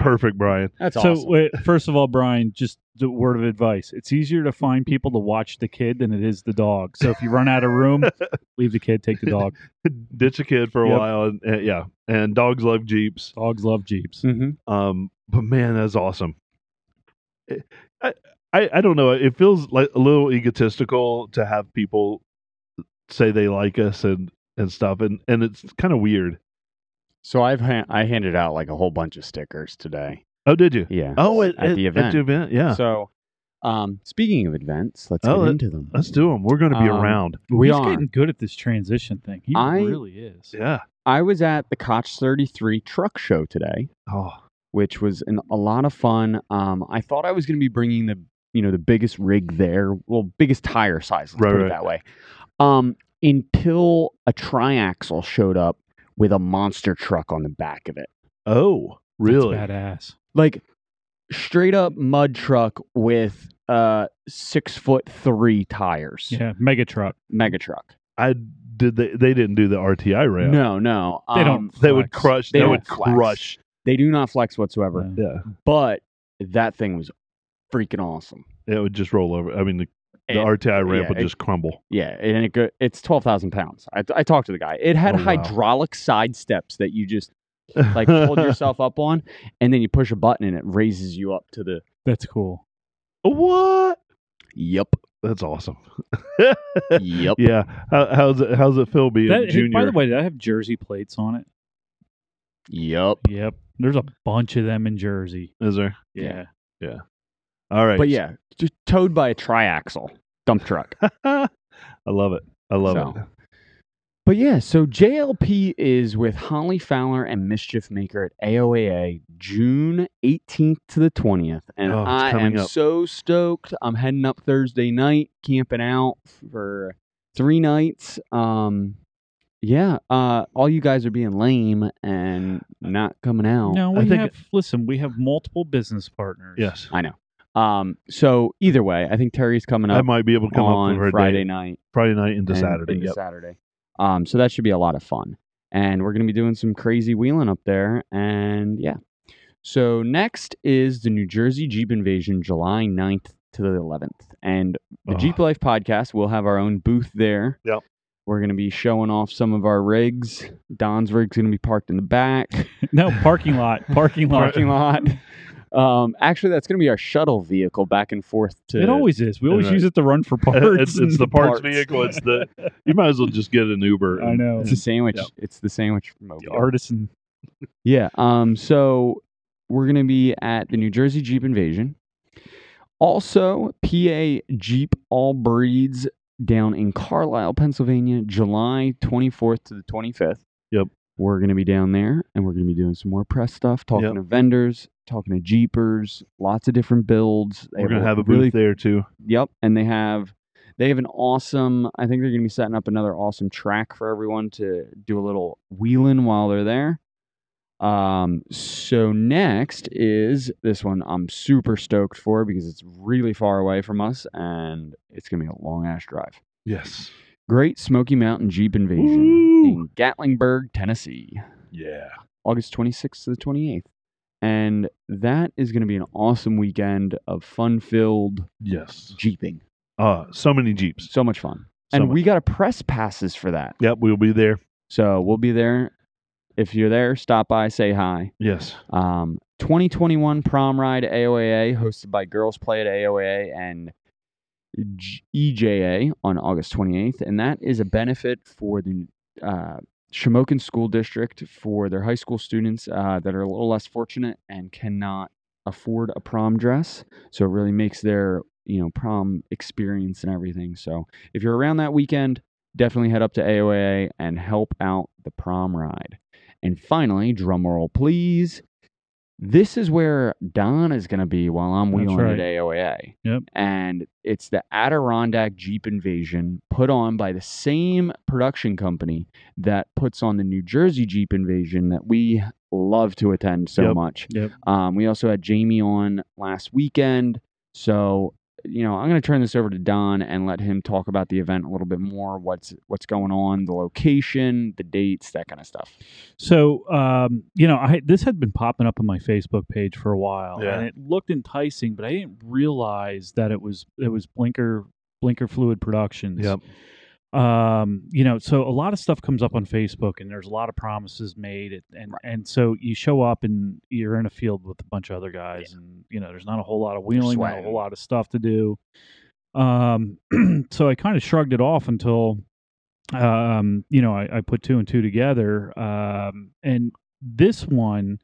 Speaker 1: Perfect, Brian.
Speaker 3: That's
Speaker 2: so,
Speaker 3: awesome.
Speaker 2: wait, first of all, Brian, just the word of advice: it's easier to find people to watch the kid than it is the dog. So if you run out of room, leave the kid, take the dog.
Speaker 1: Ditch a kid for a
Speaker 2: Yep.
Speaker 1: while, and, and yeah, and dogs love jeeps.
Speaker 2: Dogs love jeeps.
Speaker 3: hmm
Speaker 1: Um, but man, that's awesome. It- I, I I don't know. It feels like a little egotistical to have people say they like us and and stuff, and and it's kind of weird.
Speaker 3: So I've ha- I handed out like a whole bunch of stickers today.
Speaker 1: Oh, did you?
Speaker 3: Yeah.
Speaker 1: Oh, it,
Speaker 3: At
Speaker 1: it-
Speaker 3: the event.
Speaker 1: yeah.
Speaker 3: So, um, speaking of events, let's
Speaker 1: Oh,
Speaker 3: get
Speaker 1: let-
Speaker 3: into them.
Speaker 1: Let's do them. We're going to be
Speaker 3: Um,
Speaker 1: around.
Speaker 3: We
Speaker 2: He's
Speaker 3: are.
Speaker 2: getting good at this transition thing. He
Speaker 3: I-
Speaker 2: really is.
Speaker 1: Yeah.
Speaker 3: I was at the Koch 33 Truck Show today,
Speaker 1: Oh,
Speaker 3: which was an, a lot of fun. Um, I thought I was going to be bringing the you know the biggest rig there, well, biggest tire size, let's
Speaker 1: Right,
Speaker 3: put
Speaker 1: right.
Speaker 3: it that way. Um, until a triaxle showed up with a monster truck on the back of it,
Speaker 1: oh, really?
Speaker 2: That's badass.
Speaker 3: like straight up mud truck with uh six foot three tires,
Speaker 2: Yeah, mega truck.
Speaker 3: mega truck.
Speaker 1: I did. They, they didn't do the RTI ramp.
Speaker 3: No, no,
Speaker 2: They
Speaker 3: um,
Speaker 2: don't.
Speaker 1: They would
Speaker 2: flex.
Speaker 1: crush. They,
Speaker 3: They don't
Speaker 1: would
Speaker 3: flex.
Speaker 1: crush.
Speaker 3: They do not flex whatsoever.
Speaker 2: Yeah.
Speaker 1: Yeah.
Speaker 3: but that thing was freaking awesome.
Speaker 1: It would just roll over. I mean, the, the
Speaker 3: And-
Speaker 1: RTI ramp
Speaker 3: yeah,
Speaker 1: would
Speaker 3: it-
Speaker 1: just crumble.
Speaker 3: yeah, and it go, it's twelve thousand pounds. I, I talked to the guy. It had
Speaker 1: Oh, wow.
Speaker 3: hydraulic side steps that you just like hold yourself up on, and then you push a button and it raises you up to the.
Speaker 2: That's cool.
Speaker 1: what?
Speaker 3: Yep.
Speaker 1: That's awesome.
Speaker 3: Yep.
Speaker 1: Yeah. How, how's it? How's it feel being
Speaker 2: That- hey,
Speaker 1: junior?
Speaker 2: by the way, did I have jersey plates on it?
Speaker 3: Yep.
Speaker 2: Yep. There's a bunch of them in Jersey.
Speaker 1: is there?
Speaker 2: Yeah.
Speaker 1: All right.
Speaker 3: But yeah, just towed by a triaxle dump truck.
Speaker 1: I love it. I love
Speaker 3: So.
Speaker 1: it.
Speaker 3: but yeah, so JLP is with Holly Fowler and Mischief Maker at AOAA June 18th to the 20th, and
Speaker 1: Oh, it's
Speaker 3: I
Speaker 1: coming
Speaker 3: am
Speaker 1: up.
Speaker 3: so stoked. I'm heading up Thursday night, camping out for three nights. Um, yeah, uh, all you guys are being lame and not coming out.
Speaker 2: No,
Speaker 1: I
Speaker 2: we
Speaker 1: think-
Speaker 2: have. Listen, we have multiple business partners.
Speaker 1: Yes.
Speaker 3: I know. Um, so either way, I think Terry's coming
Speaker 1: I
Speaker 3: up
Speaker 1: might be able to come up
Speaker 3: on
Speaker 1: for a
Speaker 3: Friday
Speaker 1: day,
Speaker 3: night.
Speaker 1: Friday night into
Speaker 3: and-
Speaker 1: Saturday.
Speaker 3: into
Speaker 1: Yep.
Speaker 3: Saturday. Um, so that should be a lot of fun. And we're going to be doing some crazy wheeling up there. And yeah. So next is the New Jersey Jeep Invasion, July 9th to the 11th. And the
Speaker 1: Oh.
Speaker 3: Jeep Life podcast, we'll have our own booth there.
Speaker 1: Yep.
Speaker 3: We're going to be showing off some of our rigs. Don's rig's going to be parked in the back,
Speaker 2: No, parking lot. Parking lot.
Speaker 3: parking lot. Um, actually, that's going to be our shuttle vehicle back and forth to.
Speaker 2: It always is. We always
Speaker 1: Right.
Speaker 2: use it to run for parts.
Speaker 1: It's, it's the
Speaker 2: and
Speaker 1: parts,
Speaker 2: parts.
Speaker 1: vehicle. It's the you might as well just get an Uber.
Speaker 2: I know.
Speaker 3: It's a sandwich.
Speaker 1: Yep.
Speaker 3: It's the sandwich.
Speaker 2: The
Speaker 3: mobile.
Speaker 2: artisan.
Speaker 3: Yeah. Um. So we're gonna be at the New Jersey Jeep Invasion. Also, PA Jeep All Breeds down in Carlisle, Pennsylvania, July 24th to the 25th.
Speaker 1: Yep.
Speaker 3: We're going to be down there and we're going to be doing some more press stuff, talking
Speaker 1: Yep.
Speaker 3: to vendors, talking to Jeepers, lots of different builds. They
Speaker 1: We're gonna have a booth
Speaker 3: really
Speaker 1: there too.
Speaker 3: Yep, and they have they have an awesome. I think they're going to be setting up another awesome track for everyone to do a little wheeling while they're there. Um, so next is this one I'm super stoked for because it's really far away from us and it's going to be a long ass drive.
Speaker 1: Yes.
Speaker 3: Great Smoky Mountain Jeep Invasion
Speaker 1: Woo!
Speaker 3: in Gatlinburg, Tennessee.
Speaker 1: Yeah.
Speaker 3: August 26th to the 28th. And that is going to be an awesome weekend of fun filled
Speaker 1: Yes.
Speaker 3: jeeping.
Speaker 1: Uh, so many jeeps.
Speaker 3: So much fun
Speaker 1: So
Speaker 3: and
Speaker 1: much-
Speaker 3: we got a press passes for that.
Speaker 1: Yep, we'll be there.
Speaker 3: So we'll be there. If you're there, stop by, say hi.
Speaker 1: Yes.
Speaker 3: Um, 2021 prom ride AOAA hosted by Girls Play at AOAA and G- EJA on August 28th, and that is a benefit for the uh, Shamokin School District for their high school students uh, that are a little less fortunate and cannot afford a prom dress. So it really makes their you know prom experience and everything. So if you're around that weekend, definitely head up to AOAA and help out the prom ride. And finally, drumroll please. This is where Don is going to be while I'm
Speaker 2: That's
Speaker 3: wheeling
Speaker 2: right.
Speaker 3: at AOAA.
Speaker 2: Yep.
Speaker 3: And it's the Adirondack Jeep Invasion put on by the same production company that puts on the New Jersey Jeep Invasion that we love to attend so
Speaker 1: Yep.
Speaker 3: much.
Speaker 2: Yep.
Speaker 3: Um, we also had Jamie on last weekend. So, you know, I'm going to turn this over to Don and let him talk about the event a little bit more, what's what's going on, the location, the dates, that kind of stuff.
Speaker 2: So, um, you know, I this had been popping up on my Facebook page for a while,
Speaker 1: Yeah.
Speaker 2: and it looked enticing, but I didn't realize that it was it was Blinker Blinker Fluid Productions.
Speaker 1: Yep.
Speaker 2: Um, you know, so a lot of stuff comes up on Facebook, and there's a lot of promises made, and and, and so you show up and you're in a field with a bunch of other guys, and you know, there's not a whole lot of wheeling, not a
Speaker 3: swagging.
Speaker 2: whole lot of stuff to do. Um, so I kind of shrugged it off until um, you know, I, I put two and two together. Um, and this one,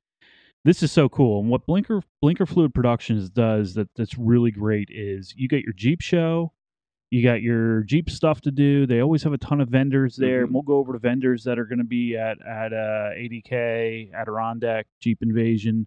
Speaker 2: this is so cool. And what Blinker Blinker Fluid Productions does that that's really great is you get your Jeep show, you got your Jeep stuff to do. They always have a ton of vendors there.
Speaker 3: Mhm.
Speaker 2: We'll go over to vendors that are going to be at at uh, ADK, Adirondack, Jeep Invasion.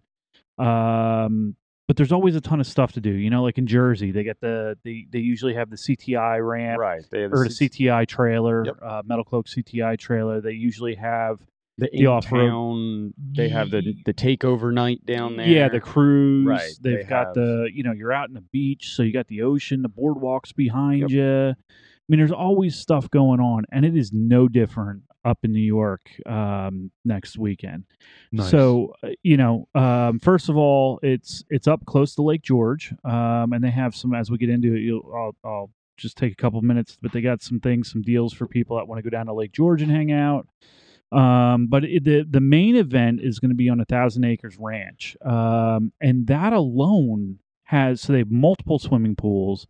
Speaker 2: Um, but there's always a ton of stuff to do. You know, like in Jersey, they get the they they usually have the CTI ramp
Speaker 3: Right. They have
Speaker 2: or the CTI trailer,
Speaker 3: Yep.
Speaker 2: uh, Metal Cloak CTI trailer. They usually have,
Speaker 3: the,
Speaker 2: the off-road-
Speaker 3: in-town- They have the the takeover night down there.
Speaker 2: yeah, the cruise.
Speaker 3: Right,
Speaker 2: They've
Speaker 3: they
Speaker 2: got
Speaker 3: have-
Speaker 2: the, you know, you're out in the beach, so you got the ocean, the boardwalks behind you. I mean, there's always stuff going on, and it is no different up in New York um, next weekend.
Speaker 1: Nice.
Speaker 2: So, uh, you know, um, first of all, it's it's up close to Lake George, um, and they have some. As we get into it, you'll, I'll, I'll just take a couple minutes, but they got some things, some deals for people that want to go down to Lake George and hang out. Um, but it, the the main event is going to be on a Thousand Acres Ranch, um, and that alone has so they have multiple swimming pools,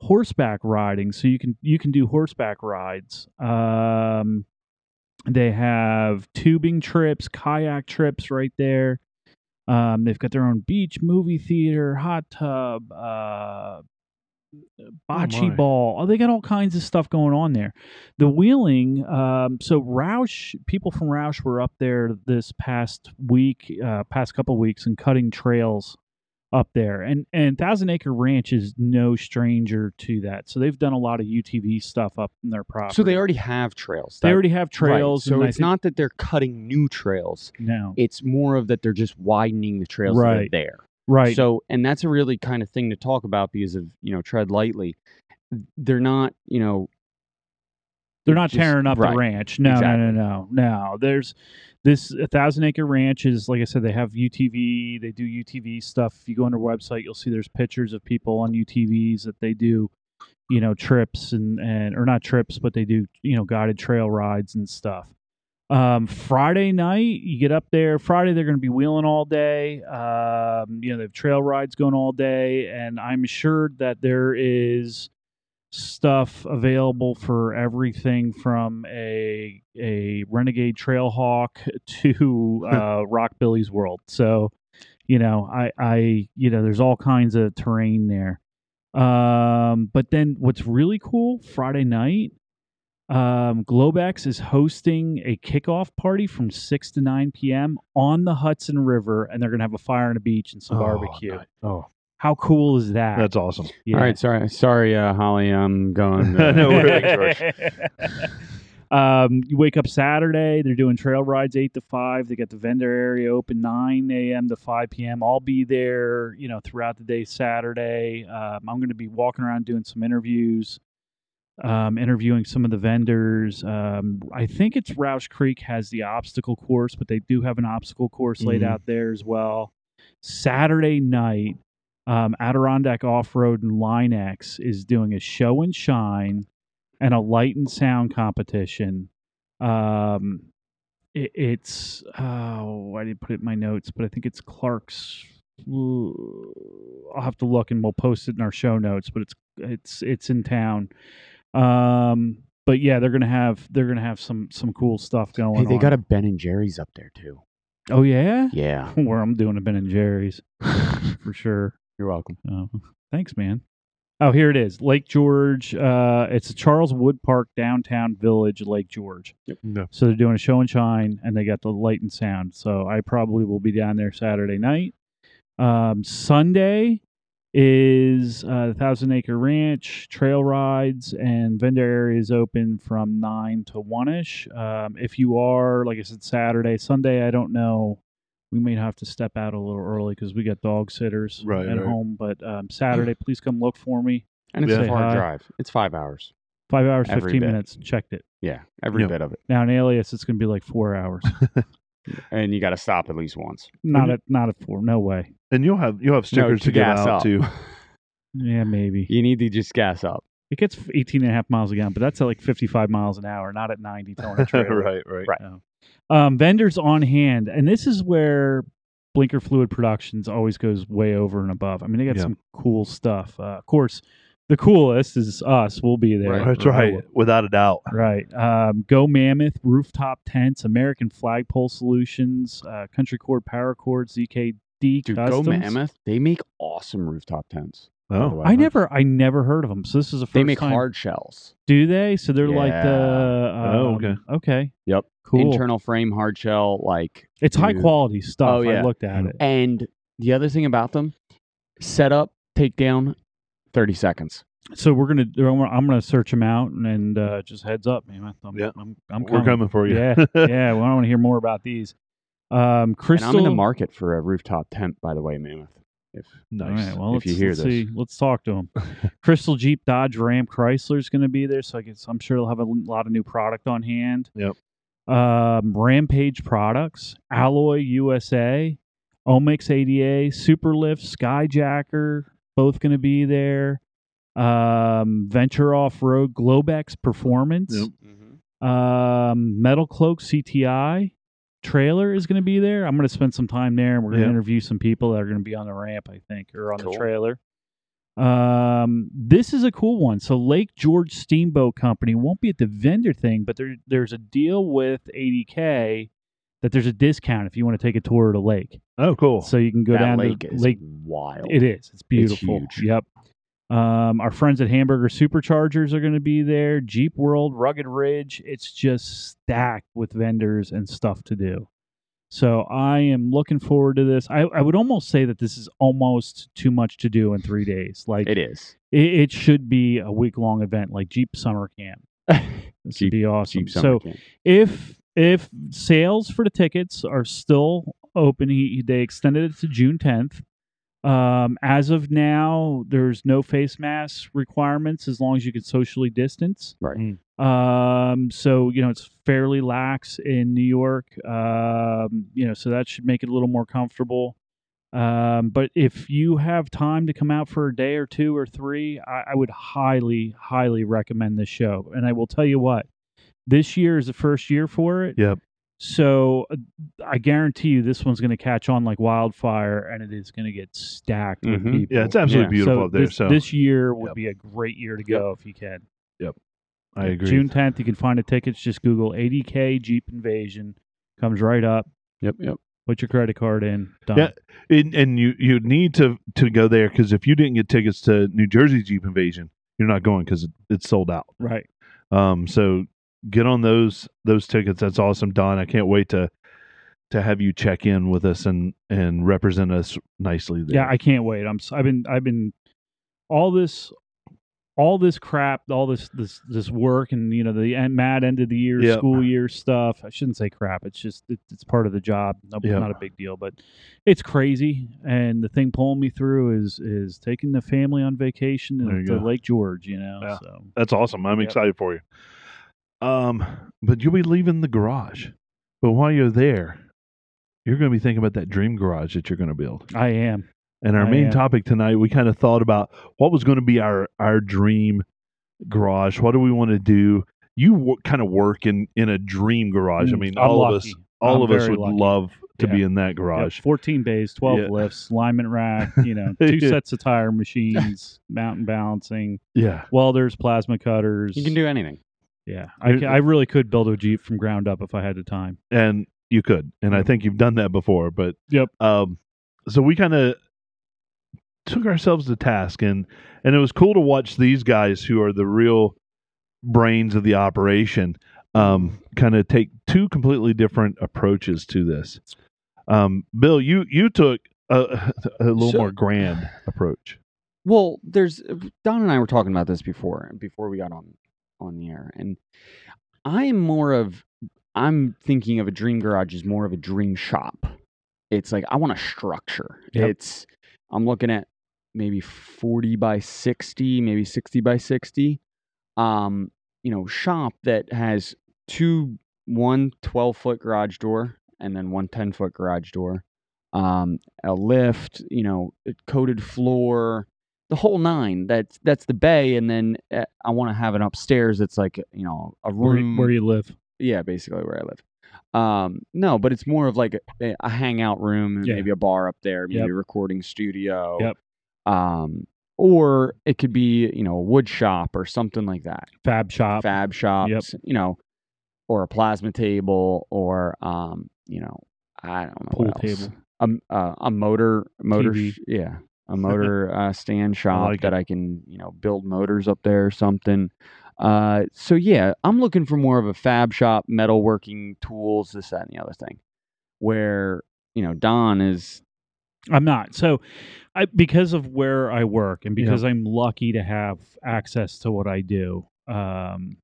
Speaker 2: horseback riding, so you can you can do horseback rides. Um, they have tubing trips, kayak trips right there. Um, they've got their own beach, movie theater, hot tub, uh, bocce
Speaker 1: my.
Speaker 2: ball. Oh, they got all kinds of stuff going on there. The wheeling. Um, so Roush, people from Roush were up there this past week, uh, past couple weeks, and cutting trails up there. And and Thousand Acre Ranch is no stranger to that. So they've done a lot of UTV stuff up in their property.
Speaker 3: So they already have trails.
Speaker 2: they
Speaker 3: That-
Speaker 2: already have
Speaker 3: right,
Speaker 2: trails.
Speaker 3: So
Speaker 2: and I
Speaker 3: it's
Speaker 2: think-
Speaker 3: not that they're cutting new trails.
Speaker 2: no
Speaker 3: It's more of that they're just widening the trails that are
Speaker 2: Right.
Speaker 3: there.
Speaker 2: right.
Speaker 3: So, and that's a really kind of thing to talk about because of you know tread lightly. They're not you know
Speaker 2: They're not
Speaker 3: Just-
Speaker 2: tearing up
Speaker 3: right.
Speaker 2: the ranch. No,
Speaker 3: Exactly.
Speaker 2: no, no, no, no. There's this a thousand acre ranch is like I said. They have UTV. They do UTV stuff. If you go on their website, you'll see there's pictures of people on UTVs that they do, you know, trips and and or not trips, but they do you know guided trail rides and stuff. Um, Friday night, you get up there. Friday, they're going to be wheeling all day. Um, you know, they have trail rides going all day, and I'm sure that there is stuff available for everything from a a renegade trailhawk to uh, Rockbilly's World. So, you know, I I you know, there's all kinds of terrain there. Um, but then what's really cool, Friday night, um, Globex is hosting a kickoff party from 6 to 9 p.m. on the Hudson River, and they're going to have a fire on a beach and some
Speaker 1: Oh,
Speaker 2: barbecue.
Speaker 1: nice. Oh,
Speaker 2: How cool is that?
Speaker 1: that's awesome.
Speaker 2: yeah.
Speaker 3: All right, sorry, sorry, uh, Holly. I'm going.
Speaker 1: I
Speaker 3: To,
Speaker 1: know, we're like, George.
Speaker 2: um, you wake up Saturday. They're doing trail rides eight to five. They got the vendor area open nine a.m. to five p.m. I'll be there, you know, throughout the day Saturday. Um, I'm going to be walking around doing some interviews, um, interviewing some of the vendors. Um, I think it's Roush Creek has the obstacle course, but they do have an obstacle course laid
Speaker 3: Mhm.
Speaker 2: out there as well. Saturday night, um, Adirondack Off Road and Linex is doing a show and shine and a light and sound competition. Um, it, it's oh, I didn't put it in my notes, but I think it's Clark's. ooh, I'll have to look and we'll post it in our show notes. But it's it's it's in town. Um, but yeah, they're gonna have they're gonna have some some cool stuff going.
Speaker 3: hey, they
Speaker 2: on.
Speaker 3: got a Ben and Jerry's up there too.
Speaker 2: oh yeah,
Speaker 3: Yeah,
Speaker 2: where I'm doing a Ben and Jerry's for sure.
Speaker 3: you're welcome.
Speaker 2: Oh, thanks, man. Oh, here it is, Lake George. Uh, it's Charles Wood Park downtown village, Lake George.
Speaker 1: No.
Speaker 2: So they're doing a show and shine, and they got the light and sound. So I probably will be down there Saturday night. Um, Sunday is uh, the Thousand Acre Ranch trail rides and vendor areas open from nine to one ish. Um, if you are, like I said, Saturday, Sunday, I don't know. We may have to step out a little early because we got dog sitters
Speaker 1: Right,
Speaker 2: at
Speaker 1: right.
Speaker 2: home. But um, Saturday, please come look for me.
Speaker 3: And it's
Speaker 1: Yeah.
Speaker 3: a far
Speaker 2: Hi.
Speaker 3: drive. It's five hours.
Speaker 2: Five hours,
Speaker 3: Every
Speaker 2: fifteen
Speaker 3: bit.
Speaker 2: minutes. Checked it.
Speaker 3: Yeah, every
Speaker 1: Yeah.
Speaker 3: bit of it.
Speaker 2: Now in Alias, it's going to be like four hours.
Speaker 3: And you got to stop at least once.
Speaker 2: not at not at four. No way.
Speaker 1: And you'll have you'll have
Speaker 3: No,
Speaker 1: stickers to, give
Speaker 3: gas
Speaker 1: out
Speaker 3: up.
Speaker 1: too.
Speaker 2: Yeah, maybe.
Speaker 3: You need to just gas up.
Speaker 2: It gets 18 and a half miles a gallon, but that's at like 55 miles an hour, not at 90 towing a trailer.
Speaker 1: right, right.
Speaker 2: um, vendors on hand, and this is where Blinker Fluid Productions always goes way over and above. I mean, they got
Speaker 1: Yeah.
Speaker 2: some cool stuff. Uh, of course, the coolest is us. We'll be there.
Speaker 3: Right.
Speaker 1: That's right, without a doubt.
Speaker 2: Right. Um, Go Mammoth, Rooftop Tents, American Flagpole Solutions, uh, Country Cord Power Cord, ZKD
Speaker 3: Dude,
Speaker 2: Customs.
Speaker 3: go Mammoth. They make awesome rooftop tents. by the
Speaker 1: Oh,
Speaker 3: way.
Speaker 2: I never, I never heard of them. So this is a first
Speaker 3: They make
Speaker 2: time.
Speaker 3: hard shells.
Speaker 2: Do they? So they're like the.
Speaker 3: Yeah.
Speaker 2: Um,
Speaker 1: Oh, okay.
Speaker 2: Okay.
Speaker 3: Yep.
Speaker 2: Cool.
Speaker 3: Internal frame hard shell, like
Speaker 2: it's high
Speaker 3: Dude.
Speaker 2: quality stuff.
Speaker 3: Oh, yeah.
Speaker 2: I looked at it.
Speaker 3: and the other thing about them, set up, take down, thirty seconds.
Speaker 2: So we're gonna, I'm gonna search them out and, and uh, just heads up, man. I'm,
Speaker 1: Yeah.
Speaker 2: I'm, I'm
Speaker 1: We're coming for you.
Speaker 2: Yeah, yeah. Well, I want to hear more about these. Um, crystal.
Speaker 3: And I'm in the market for a rooftop tent, by the way, Mammoth. If
Speaker 2: All
Speaker 1: nice.
Speaker 2: right. Well,
Speaker 3: if
Speaker 2: let's,
Speaker 3: you hear
Speaker 2: let's
Speaker 3: this.
Speaker 2: see. Let's talk to them. Crystal Jeep Dodge Ram Chrysler is going to be there, so I guess I'm sure they'll have a l- lot of new product on hand.
Speaker 1: Yep.
Speaker 2: Um, Rampage Products, Alloy USA, Omix ADA, Superlift, Skyjacker, both going to be there. Um, Venture Off Road, Globex Performance,
Speaker 1: Yep.
Speaker 2: um, Metal Cloak CTI trailer is going to be there. I'm going to spend some time there, and we're going to
Speaker 1: Yeah.
Speaker 2: interview some people that are going to be on the ramp, I think, or on
Speaker 3: Cool.
Speaker 2: the trailer. Um, this is a cool one. So Lake George Steamboat Company won't be at the vendor thing, but there there's a deal with 80k that there's a discount if you want to take a tour of the lake.
Speaker 1: Oh, cool.
Speaker 2: So you can go
Speaker 3: that
Speaker 2: down
Speaker 3: lake
Speaker 2: to
Speaker 3: is
Speaker 2: Lake
Speaker 3: wild.
Speaker 2: it is. It's beautiful.
Speaker 3: huge.
Speaker 2: Yep. Um, our friends at Hamburger Superchargers are going to be there. Jeep World, Rugged Ridge. It's just stacked with vendors and stuff to do. So I am looking forward to this. I, I would almost say that this is almost too much to do in three days. Like
Speaker 3: It is.
Speaker 2: it, it should be a week long event, like Jeep Summer Camp. This
Speaker 3: Jeep-
Speaker 2: would be awesome.
Speaker 3: Cheap
Speaker 2: so
Speaker 3: summer camp.
Speaker 2: if if sales for the tickets are still open he, they extended it to june 10th um, as of now there's no face mask requirements as long as you can socially distance
Speaker 3: Right.
Speaker 2: um, so you know it's fairly lax in new york um, you know so that should make it a little more comfortable um, but if you have time to come out for a day or two or three, I, I would highly, highly recommend this show. And I will tell you what, this year is the first year for it.
Speaker 1: Yep.
Speaker 2: So uh, I guarantee you this one's going to catch on like wildfire and it is going to get stacked
Speaker 3: Mhm.
Speaker 2: with people.
Speaker 1: Mm-hmm. yeah, it's absolutely
Speaker 3: Yeah.
Speaker 1: beautiful
Speaker 2: so
Speaker 1: up there.
Speaker 2: This,
Speaker 1: so
Speaker 2: this year would
Speaker 1: Yep.
Speaker 2: be a great year to go if you can.
Speaker 1: I agree.
Speaker 2: June 10th, you can find the tickets. Just Google 80K Jeep Invasion. Comes right up.
Speaker 3: Yep. Yep.
Speaker 2: Put your credit card in. Done.
Speaker 1: Yeah. and, and you you need to to go there because if you didn't get tickets to New Jersey Jeep Invasion, you're not going because it, it's sold out.
Speaker 2: Right.
Speaker 1: Um, so get on those those tickets. That's awesome, Don. I can't wait to to have you check in with us and and represent us nicely. There.
Speaker 2: Yeah, I can't wait. I'm. s- I've been. I've been. All this, all this crap, all this this this work, and you know the end, mad end of the year,
Speaker 1: Yep.
Speaker 2: school year stuff. I shouldn't say crap. It's just it, it's part of the job. No,
Speaker 1: Yep.
Speaker 2: Not a big deal, but it's crazy. And the thing pulling me through is is taking the family on vacation
Speaker 1: There you
Speaker 2: to
Speaker 1: go.
Speaker 2: Lake George. You know,
Speaker 1: Yeah.
Speaker 2: so
Speaker 1: that's awesome. I'm
Speaker 2: Yep.
Speaker 1: excited for you. Um, but you'll be leaving the garage. But while you're there, you're going to be thinking about that dream garage that you're going to build.
Speaker 2: I am.
Speaker 1: And our
Speaker 2: I
Speaker 1: main
Speaker 2: am.
Speaker 1: topic tonight, we kind of thought about what was going to be our our dream garage. What do we want to do? You w- kind of work in in a dream garage. I
Speaker 2: Mm,
Speaker 1: mean,
Speaker 2: I'm
Speaker 1: all of
Speaker 2: lucky.
Speaker 1: us, all
Speaker 2: I'm
Speaker 1: of us
Speaker 2: very
Speaker 1: would
Speaker 2: lucky.
Speaker 1: love to be
Speaker 2: Yeah.
Speaker 1: in that
Speaker 2: Yep,
Speaker 1: garage.
Speaker 2: 14 bays, 12
Speaker 1: Yeah.
Speaker 2: lifts, lineman rack, you know, two
Speaker 1: Yeah.
Speaker 2: sets of tire machines, mountain balancing,
Speaker 1: Yeah,
Speaker 2: welders, plasma cutters.
Speaker 3: You can do anything.
Speaker 2: Yeah, I,
Speaker 1: You're-
Speaker 2: ca- I really could build a jeep from ground up if I had the time.
Speaker 1: and you could, and I
Speaker 2: Yep.
Speaker 1: think you've done that before. But
Speaker 2: Mm-hmm. Yep.
Speaker 1: um, so we kind of took ourselves to task, and and it was cool to watch these guys who are the real brains of the operation, um, kind of take two completely different approaches to this. Um, Bill, you you took a, a little
Speaker 3: So-
Speaker 1: more grand approach.
Speaker 3: Well, there's Don and I were talking about this before before we got on on the air, and I am more of I'm thinking of a dream garage as more of a dream shop. It's like I want a structure.
Speaker 2: Yep.
Speaker 3: It's I'm looking at maybe 40 by 60, maybe 60 by 60. Um, you know, shop that has two one 12 foot garage door and then one 10 foot garage door. Um, a lift, you know, a coated floor, the whole nine. That's that's the bay, and then uh, I want to have an upstairs. that's like you know a
Speaker 2: Where,
Speaker 3: room
Speaker 2: you- where you live?
Speaker 3: yeah, basically where I live. Um, no, but it's more of like a, a hangout room, and
Speaker 2: Yeah.
Speaker 3: maybe a bar up there, maybe
Speaker 2: Yep.
Speaker 3: a recording studio.
Speaker 2: Yep.
Speaker 3: Um, or it could be you know a wood shop or something like that,
Speaker 2: Fab shop.
Speaker 3: fab shops, you know, or a plasma table, or um, you know, I don't know
Speaker 2: Pool
Speaker 3: what else.
Speaker 2: table.
Speaker 3: Um, uh, a motor motor
Speaker 2: TV.
Speaker 3: sh- yeah a motor uh, stand shop
Speaker 1: like
Speaker 3: that
Speaker 1: it.
Speaker 3: I can you know build motors up there or something. Uh, so yeah, I'm looking for more of a fab shop, metalworking tools, this that and the other thing, where you know Don is
Speaker 2: I'm not. So, I because of where I work and because I'm lucky to have access to what I do, um,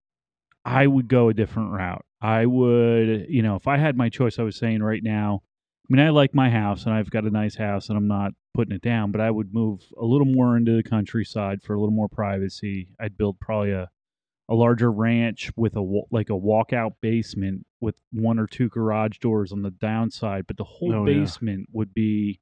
Speaker 2: I would go a different route. I would, you know, if I had my choice, I was saying right now. I mean, I like my house and I've got a nice house and I'm not putting it down, but I would move a little more into the countryside for a little more privacy. I'd build probably a a larger ranch with a wa- like a walkout basement with one or two garage doors on the downside, but the whole
Speaker 1: Oh, yeah.
Speaker 2: basement would be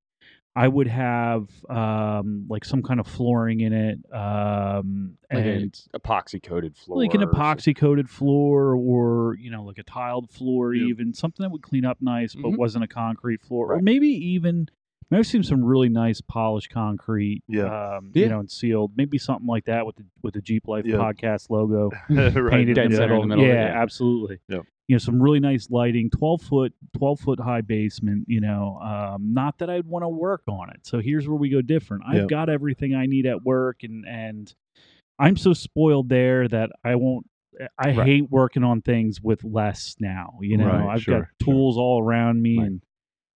Speaker 2: I would have um like some kind of flooring in it um
Speaker 3: like a
Speaker 2: and
Speaker 3: epoxy coated floor,
Speaker 2: like an
Speaker 3: or something.
Speaker 2: epoxy coated floor or you know like a tiled floor
Speaker 1: Yep.
Speaker 2: even something that would clean up nice but
Speaker 3: Mhm.
Speaker 2: wasn't a concrete floor or
Speaker 3: Right.
Speaker 2: maybe even I've seen some really nice polished concrete,
Speaker 1: Yeah.
Speaker 2: um,
Speaker 3: Yeah.
Speaker 2: you know, and sealed. Maybe something like that with the with the Jeep Life
Speaker 1: Yeah.
Speaker 2: podcast logo
Speaker 1: right.
Speaker 2: painted in
Speaker 3: Dead
Speaker 2: the,
Speaker 3: center
Speaker 2: middle.
Speaker 3: in the middle,
Speaker 2: Yeah,
Speaker 3: yeah.
Speaker 2: absolutely.
Speaker 1: Yep.
Speaker 2: You know, some really nice lighting, twelve foot, twelve foot high basement. You know, um, not that I'd want to work on it. So here's where we go different. I've
Speaker 1: Yep.
Speaker 2: got everything I need at work, and and I'm so spoiled there that I won't. I
Speaker 1: Right.
Speaker 2: hate working on things with less now. You know,
Speaker 1: Right,
Speaker 2: I've
Speaker 1: sure,
Speaker 2: got
Speaker 1: sure.
Speaker 2: tools all around me,
Speaker 3: Right.
Speaker 2: and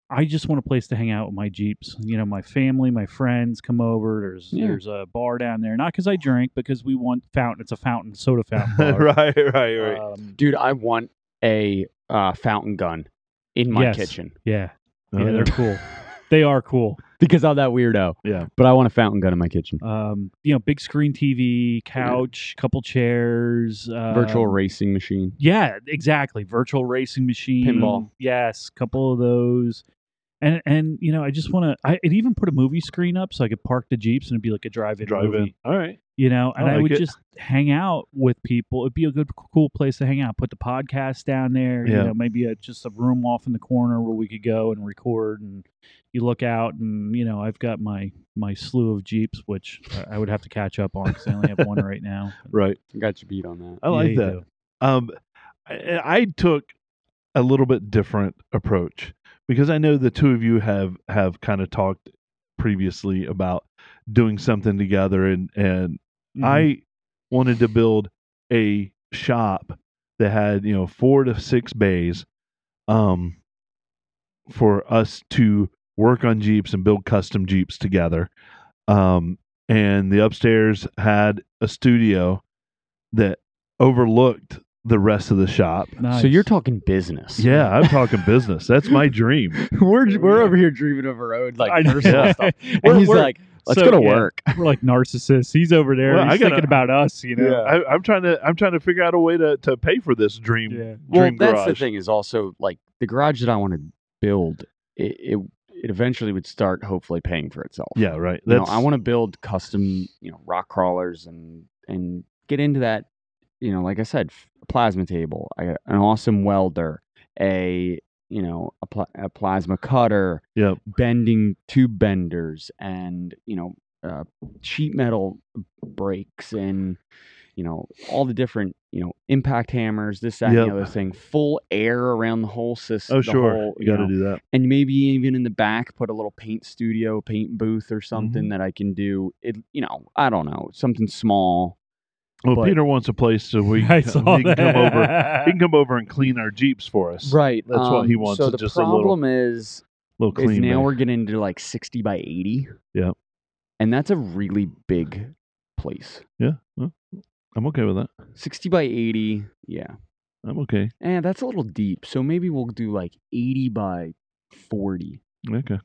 Speaker 2: I just want a place to hang out with my jeeps. You know, my family, my friends come over. There's
Speaker 3: Yeah.
Speaker 2: there's a bar down there, not because I drink, because we want fountain. It's a fountain, soda fountain. Bar.
Speaker 1: right, right, right.
Speaker 2: Um,
Speaker 3: Dude, I want a uh, fountain gun in my
Speaker 2: Yes.
Speaker 3: kitchen
Speaker 2: yeah,
Speaker 1: Oh,
Speaker 2: Uh, yeah,
Speaker 1: yeah.
Speaker 2: they're cool. They are cool.
Speaker 3: because I'm that weirdo.
Speaker 1: Yeah.
Speaker 3: but I want a fountain gun in my kitchen.
Speaker 2: Um, you know, big screen TV, couch, couple chairs, um,
Speaker 3: Virtual racing machine.
Speaker 2: Yeah, exactly. Virtual racing machine,
Speaker 3: Pinball.
Speaker 2: Yes, couple of those. And and you know, I just want to. I it even put a movie screen up so I could park the jeeps and it'd be like a drive-in
Speaker 1: Drive
Speaker 2: movie.
Speaker 1: in. All right.
Speaker 2: you know, and
Speaker 1: I
Speaker 2: I,
Speaker 1: like
Speaker 2: would
Speaker 1: it.
Speaker 2: just hang out with people. It'd be a good, cool place to hang out. Put the podcast down there,
Speaker 1: Yeah.
Speaker 2: you know, maybe a, just a room off in the corner where we could go and record. And you look out, and you know, I've got my my slew of jeeps, which I- I would have to catch up on because I only have one right now.
Speaker 1: Right.
Speaker 3: I got you beat on that.
Speaker 1: I like
Speaker 2: you
Speaker 1: that.
Speaker 2: do.
Speaker 1: Um, I, I took a little bit different approach because I know the two of you have have kind of talked previously about doing something together and and
Speaker 2: Mm-hmm.
Speaker 1: I wanted to build a shop that had, you know, four to six bays um for us to work on Jeeps and build custom Jeeps together. Um and the upstairs had a studio that overlooked the rest of the shop.
Speaker 2: Mm-hmm. Nice.
Speaker 3: So you're talking business.
Speaker 1: Yeah, I'm talking business. That's my dream.
Speaker 3: we're we're over here dreaming of our own
Speaker 2: I
Speaker 3: like
Speaker 2: know.
Speaker 3: personal
Speaker 2: Yeah.
Speaker 3: stuff. And
Speaker 2: We're-
Speaker 3: he's
Speaker 2: we're-
Speaker 3: like, let's
Speaker 2: so,
Speaker 3: go to
Speaker 2: yeah,
Speaker 3: work.
Speaker 2: We're like narcissists. He's over there.
Speaker 1: Well,
Speaker 2: he's
Speaker 1: I gotta-
Speaker 2: thinking about us. You know.
Speaker 1: I, I'm trying to I'm trying to figure out a way to, to pay for this dream.
Speaker 2: Yeah.
Speaker 3: Well,
Speaker 1: dream
Speaker 3: that's the
Speaker 1: garage.
Speaker 3: thing is also like the garage that I want to build. It, it it eventually would start hopefully paying for itself.
Speaker 1: Yeah, right.
Speaker 3: You know,
Speaker 1: That's
Speaker 3: I want to build custom, you know, rock crawlers and and get into that. You know, like I said, f- plasma table, I, an awesome welder, a you know a, pl- a plasma cutter,
Speaker 1: Yep.
Speaker 3: bending tube benders, and you know uh, sheet metal brakes and you know all the different you know impact hammers, this that and
Speaker 1: Yep.
Speaker 3: the other thing, full air around the whole system.
Speaker 1: Oh sure, you got to do that.
Speaker 3: and maybe even in the back put a little paint studio, paint booth or
Speaker 1: Mm-hmm.
Speaker 3: something that I can do. It, you know, I don't know, something small.
Speaker 1: Well,
Speaker 3: but-
Speaker 1: Peter wants a place so we
Speaker 2: I
Speaker 1: can,
Speaker 2: saw
Speaker 1: he can
Speaker 2: that.
Speaker 1: come over. He can come over and clean our jeeps for us.
Speaker 3: Right,
Speaker 1: That's what he wants,
Speaker 3: um, So
Speaker 1: is
Speaker 3: the
Speaker 1: just a little-
Speaker 3: problem is,
Speaker 1: little
Speaker 3: is
Speaker 1: clean.
Speaker 3: now
Speaker 1: bay.
Speaker 3: we're getting to like sixty by eighty.
Speaker 1: Yep.
Speaker 3: and that's a really big place.
Speaker 1: yeah, well, I'm okay with that.
Speaker 3: Sixty by eighty, yeah,
Speaker 1: I'm okay.
Speaker 3: and that's a little deep. So maybe we'll do like eighty by forty.
Speaker 1: Okay,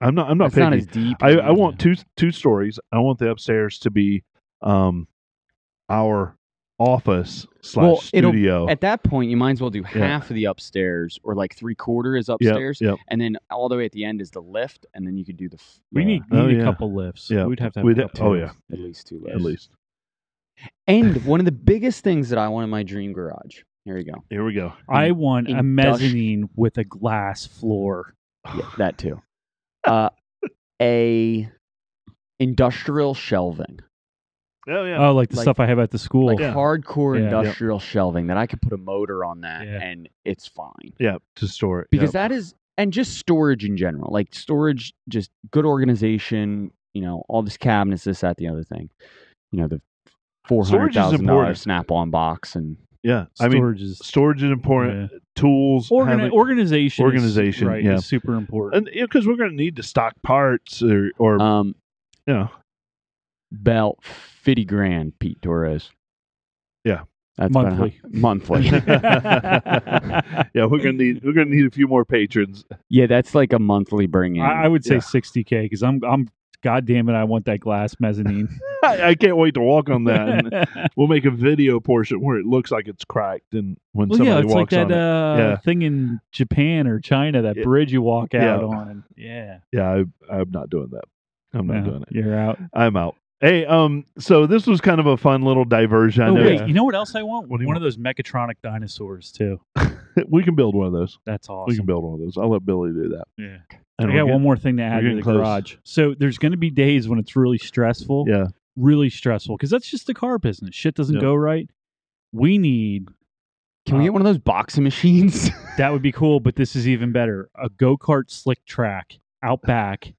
Speaker 1: I'm not. I'm not
Speaker 3: That's not
Speaker 1: picky.
Speaker 3: as deep.
Speaker 1: I, I want two two stories. I want the upstairs to be, um, our office slash
Speaker 3: Well, it'll-
Speaker 1: studio.
Speaker 3: At that point, you might as well do half of the upstairs, or like three quarter is
Speaker 1: Yep,
Speaker 3: upstairs.
Speaker 1: Yep.
Speaker 3: And then all the way at the end is the lift, and then you could do the. F-
Speaker 2: We
Speaker 3: yeah,
Speaker 2: need,
Speaker 1: Oh,
Speaker 2: need a
Speaker 1: yeah.
Speaker 2: couple lifts.
Speaker 1: Yeah.
Speaker 2: We'd have to have
Speaker 1: We'd
Speaker 2: a
Speaker 1: ha-
Speaker 2: couple
Speaker 1: oh yeah,
Speaker 2: lifts.
Speaker 3: at least two
Speaker 1: at
Speaker 3: lifts.
Speaker 1: least.
Speaker 3: And one of the biggest things that I want in my dream garage. Here you go.
Speaker 1: Here we go.
Speaker 2: I want a
Speaker 3: industrial-
Speaker 2: mezzanine with a glass floor.
Speaker 3: Yeah, that too. Uh, a industrial shelving,
Speaker 1: Oh yeah.
Speaker 2: Oh, like the
Speaker 3: Like-
Speaker 2: stuff I have at the school.
Speaker 3: like
Speaker 1: Yeah.
Speaker 3: hardcore
Speaker 2: Yeah. Yep.
Speaker 3: industrial shelving that I could put a motor on that,
Speaker 2: Yeah.
Speaker 3: and it's fine.
Speaker 1: yeah. To store it Yep.
Speaker 3: because that is and just storage in general like storage just good organization you know all this cabinets this that the other thing you know the four hundred thousand dollar
Speaker 1: important.
Speaker 3: snap on box and
Speaker 1: yeah. I mean,
Speaker 2: Storage is
Speaker 1: storage is important.
Speaker 2: yeah.
Speaker 1: Tools.
Speaker 2: Organi-
Speaker 1: having-
Speaker 2: organization. is-
Speaker 1: Organization,
Speaker 2: right,
Speaker 1: yeah.
Speaker 2: is super important.
Speaker 1: and because we're going to need to stock parts or or
Speaker 3: um
Speaker 1: you know,
Speaker 3: about fifty grand Pete Torres
Speaker 1: Yeah.
Speaker 3: that's
Speaker 2: Monthly.
Speaker 3: about how, monthly
Speaker 1: yeah, we're gonna need we're gonna need a few more patrons.
Speaker 3: yeah that's like a monthly bring in
Speaker 2: I, I would say
Speaker 1: Yeah.
Speaker 2: 60k because I'm I'm God damn it, I want that glass mezzanine.
Speaker 1: I, I can't wait to walk on that. And we'll make a video portion where it looks like it's cracked, and when
Speaker 2: well, yeah,
Speaker 1: somebody
Speaker 2: it's like
Speaker 1: walks
Speaker 2: that
Speaker 1: on it,
Speaker 2: uh,
Speaker 1: Yeah.
Speaker 2: thing in Japan or China, that
Speaker 1: Yeah.
Speaker 2: bridge you walk out
Speaker 1: Yeah.
Speaker 2: on. Yeah,
Speaker 1: yeah, I, I'm not doing that. I'm not
Speaker 2: No,
Speaker 1: doing it.
Speaker 2: You're out.
Speaker 1: I'm out. Hey, um, so this was kind of a fun little diversion. I
Speaker 2: oh
Speaker 1: know
Speaker 2: wait, you know what else I want?
Speaker 1: What
Speaker 2: One
Speaker 1: do you
Speaker 2: of those mechatronic dinosaurs too.
Speaker 1: we can build one of those.
Speaker 2: That's
Speaker 1: We can
Speaker 2: awesome.
Speaker 1: build one of those. I'll let Billy do that.
Speaker 2: Yeah.
Speaker 1: And
Speaker 2: I
Speaker 1: we'll
Speaker 2: got
Speaker 1: get-
Speaker 2: one more thing to
Speaker 1: we're
Speaker 2: add to
Speaker 1: getting
Speaker 2: the
Speaker 1: close.
Speaker 2: garage. So there's going to be days when it's really stressful.
Speaker 1: Yeah,
Speaker 2: Really stressful because that's just the car business. Shit doesn't
Speaker 1: Yeah.
Speaker 2: go right. We need
Speaker 3: can we get one of those boxing machines
Speaker 2: that would be cool, but this is even better. A go kart slick track out back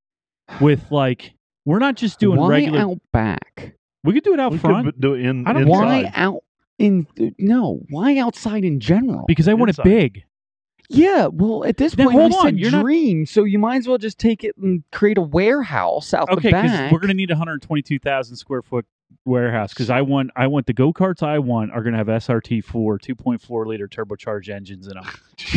Speaker 2: with like we're not just doing
Speaker 3: why
Speaker 2: regular.
Speaker 3: out back
Speaker 2: we could do it out
Speaker 1: we
Speaker 2: front
Speaker 1: could do it in.
Speaker 2: I don't-
Speaker 1: inside.
Speaker 3: why out in no why outside in general
Speaker 2: because I want
Speaker 1: Inside.
Speaker 2: it big.
Speaker 3: Yeah, well, at this
Speaker 2: Then
Speaker 3: point,
Speaker 2: hold
Speaker 3: we
Speaker 2: on,
Speaker 3: said
Speaker 2: you're not-
Speaker 3: dream, so you might as well just take it and create a warehouse out
Speaker 2: Okay,
Speaker 3: the back.
Speaker 2: because we're gonna need 122,000 square foot warehouse because I want I want the go karts I want are gonna have SRT four 2.4 liter turbocharged engines in them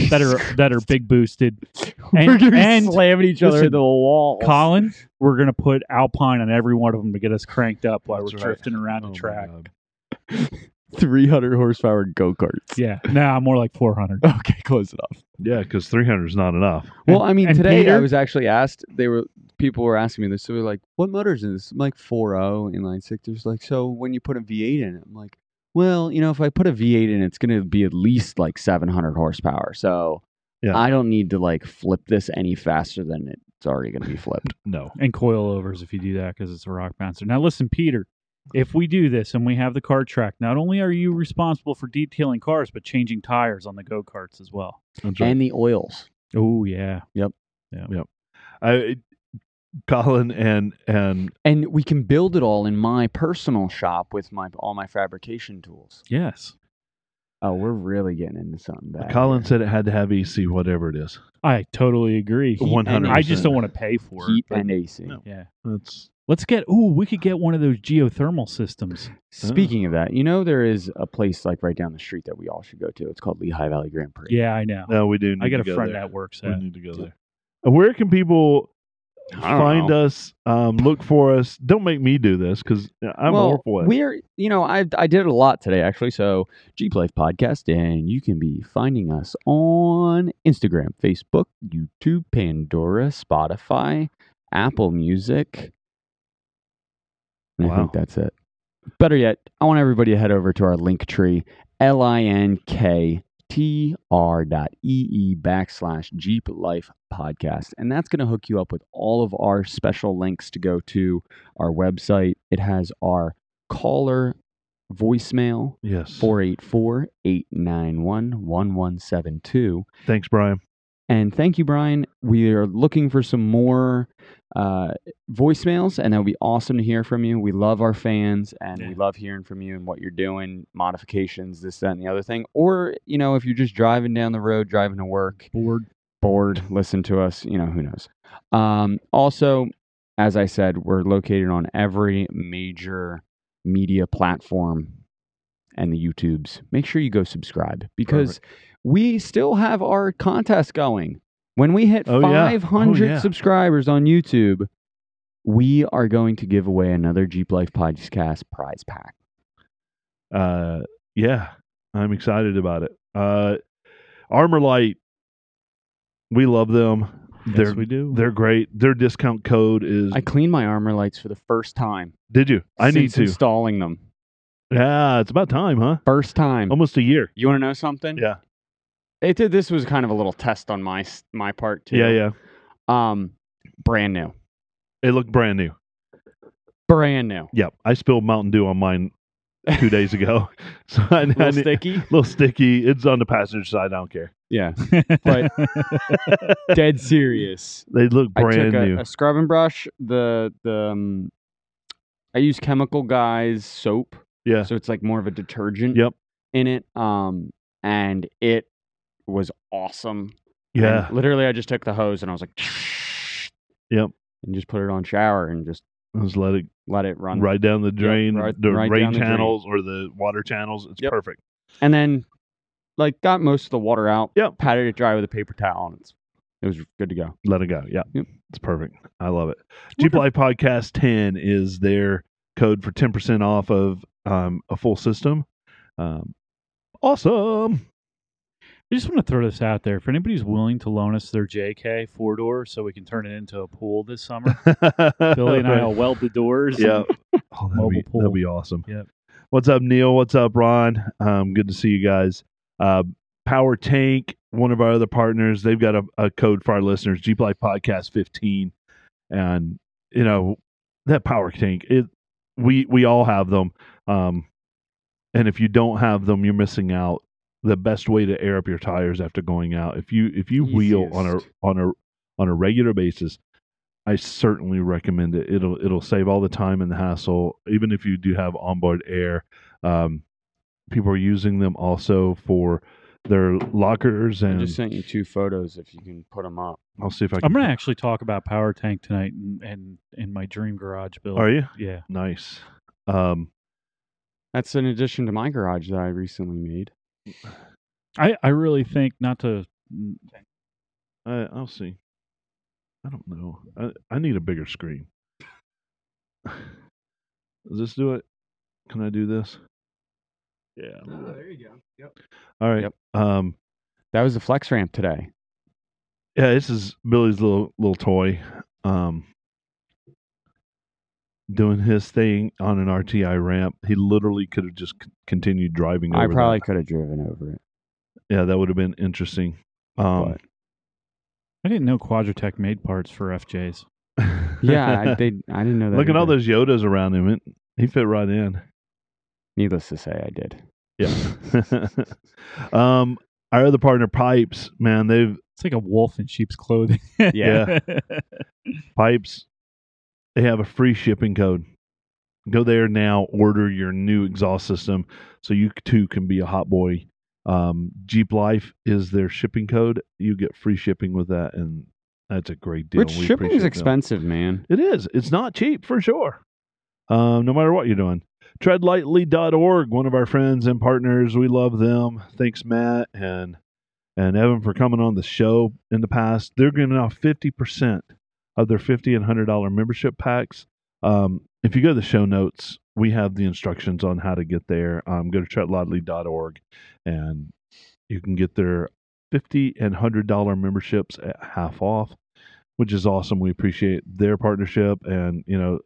Speaker 2: that are that are big boosted. and-
Speaker 3: We're gonna be
Speaker 2: and-
Speaker 3: slamming each other
Speaker 2: listen,
Speaker 3: to the wall.
Speaker 2: Colin, we're gonna put Alpine on every one of them to get us cranked up while
Speaker 1: That's
Speaker 2: we're
Speaker 1: right.
Speaker 2: drifting around
Speaker 1: Oh
Speaker 2: the
Speaker 1: my
Speaker 2: track.
Speaker 1: God.
Speaker 3: three hundred horsepower go karts.
Speaker 2: Yeah, nah, more like 400.
Speaker 3: Okay, close it off.
Speaker 1: Yeah, because 300 is not enough.
Speaker 3: Well, I mean,
Speaker 2: and
Speaker 3: today I
Speaker 2: Peter?
Speaker 3: was actually asked. They were people were asking me this. They were like, "What motor's in this?" I'm like, 4.0 inline six. There's like, so when you put a V8 in it, I'm like, well, you know, if I put a V8 in, it, it's gonna be at least like seven hundred horsepower. So
Speaker 1: Yeah.
Speaker 3: I don't need to like flip this any faster than it's already gonna be flipped.
Speaker 1: No.
Speaker 2: and coilovers if you do that because it's a rock bouncer. Now listen, Peter, if we do this and we have the car track, not only are you responsible for detailing cars, but changing tires on the go karts as well.
Speaker 1: That's right.
Speaker 3: and the oils.
Speaker 2: Oh yeah.
Speaker 1: I, it- Colin and and
Speaker 3: and we can build it all in my personal shop with my all my fabrication tools.
Speaker 2: Yes.
Speaker 3: Oh, we're really getting into something. Bad
Speaker 1: Colin
Speaker 3: here.
Speaker 1: said it had to have AC, whatever it is.
Speaker 2: I totally agree.
Speaker 3: Heat and
Speaker 1: One hundred.
Speaker 2: I just don't want to pay for
Speaker 3: heat
Speaker 2: it. but-
Speaker 3: and AC.
Speaker 1: No.
Speaker 2: yeah.
Speaker 1: That's
Speaker 2: Let's get. Ooh, we could get one of those geothermal systems.
Speaker 1: Oh.
Speaker 3: Speaking of that, you know there is a place like right down the street that we all should go to. It's called Lehigh Valley Grand Prix.
Speaker 2: Yeah, I know.
Speaker 1: no. We do. Need
Speaker 2: I got
Speaker 1: to
Speaker 2: a
Speaker 1: go
Speaker 2: friend
Speaker 1: there.
Speaker 2: that works
Speaker 1: We
Speaker 2: at.
Speaker 1: need to go there. And Where can people
Speaker 3: I don't
Speaker 1: find
Speaker 3: know.
Speaker 1: us? Um, look for us. Don't make me do this because I'm
Speaker 3: well,
Speaker 1: awful at. it.
Speaker 3: We're you know I I did a lot today actually. So Jeep Life Podcast, and you can be finding us on Instagram, Facebook, YouTube, Pandora, Spotify, Apple Music. And I
Speaker 1: Wow.
Speaker 3: think that's it. Better yet, I want everybody to head over to our link tree, L I N K T R dot E E backslash Jeep Life Podcast. And that's going to hook you up with all of our special links to go to our website. It has our caller voicemail,
Speaker 1: yes.
Speaker 3: 484 891 1172.
Speaker 1: Thanks, Brian.
Speaker 3: And thank you, Brian. We are looking for some more uh, voicemails, and that would be awesome to hear from you. We love our fans, and we
Speaker 2: Yeah.
Speaker 3: love hearing from you and what you're doing, modifications, this, that, and the other thing. Or, you know, if you're just driving down the road, driving to work,
Speaker 2: Board.
Speaker 3: bored, listen to us, you know, who knows. Um, also, as I said, we're located on every major media platform and the YouTubes. Make sure you go subscribe because we still have our contest going. When we hit
Speaker 1: Oh, yeah. Oh,
Speaker 3: 500
Speaker 1: yeah.
Speaker 3: subscribers on YouTube, we are going to give away another Jeep Life Podcast prize pack.
Speaker 1: Uh, yeah, I'm excited about it. Uh, Armor Light. We love them.
Speaker 2: Yes,
Speaker 1: they're
Speaker 2: we do.
Speaker 1: they're great. Their discount code is.
Speaker 3: I cleaned my armor lights for the first time.
Speaker 1: did you? I need
Speaker 3: since
Speaker 1: to.
Speaker 3: installing them.
Speaker 1: Yeah, it's about time, huh?
Speaker 3: First time.
Speaker 1: Almost a year.
Speaker 3: You want to know something?
Speaker 1: Yeah.
Speaker 3: They did. This was kind of a little test on my s- my part too.
Speaker 1: Yeah, yeah.
Speaker 3: yeah. Um, brand new,
Speaker 1: It looked brand new.
Speaker 3: brand new.
Speaker 1: Yep. I spilled Mountain Dew on mine two days ago. So I,
Speaker 3: Little
Speaker 1: I need-
Speaker 3: sticky.
Speaker 1: little sticky. It's on the passenger side. I don't care.
Speaker 3: Yeah, but- dead serious.
Speaker 1: They look brand
Speaker 3: I took
Speaker 1: new.
Speaker 3: a, a scrub and brush. The the um, I use Chemical Guys soap,
Speaker 1: yeah.
Speaker 3: so it's like more of a detergent.
Speaker 1: Yep.
Speaker 3: In it, um, and it was awesome. And
Speaker 1: Yeah.
Speaker 3: literally, I just took the hose and I was like,
Speaker 1: Yep.
Speaker 3: and just put it on shower and just
Speaker 1: Just let it
Speaker 3: let it run.
Speaker 1: right down the drain,
Speaker 3: right-
Speaker 1: the
Speaker 3: right
Speaker 1: rain
Speaker 3: down the drain.
Speaker 1: channels or the water channels. It's
Speaker 3: Yep.
Speaker 1: perfect.
Speaker 3: and then like got most of the water out.
Speaker 1: Yep.
Speaker 3: Patted it dry with a paper towel, and it's, it was good to go.
Speaker 1: Let it go. Yeah.
Speaker 3: Yep.
Speaker 1: It's perfect. I love it. Jeep Life Podcast 10 is their code for 10% off of um, a full system. Um, awesome.
Speaker 2: I just want to throw this out there. If anybody's willing to loan us their JK four door so we can turn it into a pool this summer, Billy and I will weld the doors.
Speaker 1: Yeah. Oh, that'd,
Speaker 2: Mobile
Speaker 1: be,
Speaker 2: pool.
Speaker 1: that'd be awesome.
Speaker 2: Yep.
Speaker 1: What's up, Neil? What's up, Ron? Um, good to see you guys. Uh, Power Tank, one of our other partners, they've got a, a code for our listeners, Jeep Life Podcast 15. And, you know, that Power Tank, it we we all have them. Um, and if you don't have them, you're missing out. The best way to air up your tires after going out, if you if you wheel on a
Speaker 3: Easiest.
Speaker 1: on a on a regular basis, I certainly recommend it. It'll it'll save all the time and the hassle. Even if you do have onboard air, um, people are using them also for their lockers
Speaker 3: I
Speaker 1: and
Speaker 3: just sent you two photos if you can put them up.
Speaker 1: I'll see if I can.
Speaker 2: I'm gonna actually talk about Power Tank tonight and and in my dream garage build.
Speaker 1: Are you
Speaker 2: Yeah.
Speaker 1: nice? Um,
Speaker 3: That's an addition to my garage that I recently made.
Speaker 2: I I really think not to.
Speaker 1: I, I'll see. I don't know. I I need a bigger screen. Does this do it? Can I do this? Yeah.
Speaker 3: Uh, There you go. Yep.
Speaker 1: All right.
Speaker 3: Yep.
Speaker 1: Um.
Speaker 3: That was the flex ramp today.
Speaker 1: Yeah, this is Billy's little little toy, um, doing his thing on an RTI ramp. He literally could have just c- continued driving.
Speaker 3: I
Speaker 1: over
Speaker 3: probably could have driven over it.
Speaker 1: that. yeah, that would have been interesting. Um,
Speaker 3: but-
Speaker 2: I didn't know Quadratech made parts for FJs.
Speaker 3: yeah, I, they, I didn't know that.
Speaker 1: look at all
Speaker 3: either.
Speaker 1: those Yodas around him. It, he fit right in.
Speaker 3: Needless to say, I did.
Speaker 1: Yeah. um, Our other partner, Pipes, man, they've
Speaker 2: It's like a wolf in sheep's clothing.
Speaker 1: Yeah. Pipes, they have a free shipping code. Go there now, order your new exhaust system so you too can be a hot boy. Um, Jeep Life is their shipping code. You get free shipping with that, and that's a great deal.
Speaker 3: Which
Speaker 1: We
Speaker 3: shipping's
Speaker 1: appreciate them.
Speaker 3: expensive, man.
Speaker 1: It is. It's not cheap for sure. Um, no matter what you're doing. Treadlightly.org, one of our friends and partners. We love them. Thanks, Matt and and Evan for coming on the show in the past. They're giving out fifty percent of their fifty and hundred dollar membership packs. Um, if you go to the show notes, we have the instructions on how to get there. Um, go to treadlightly.org and you can get their fifty and hundred dollar memberships at half off which is awesome. We appreciate their partnership and, you know,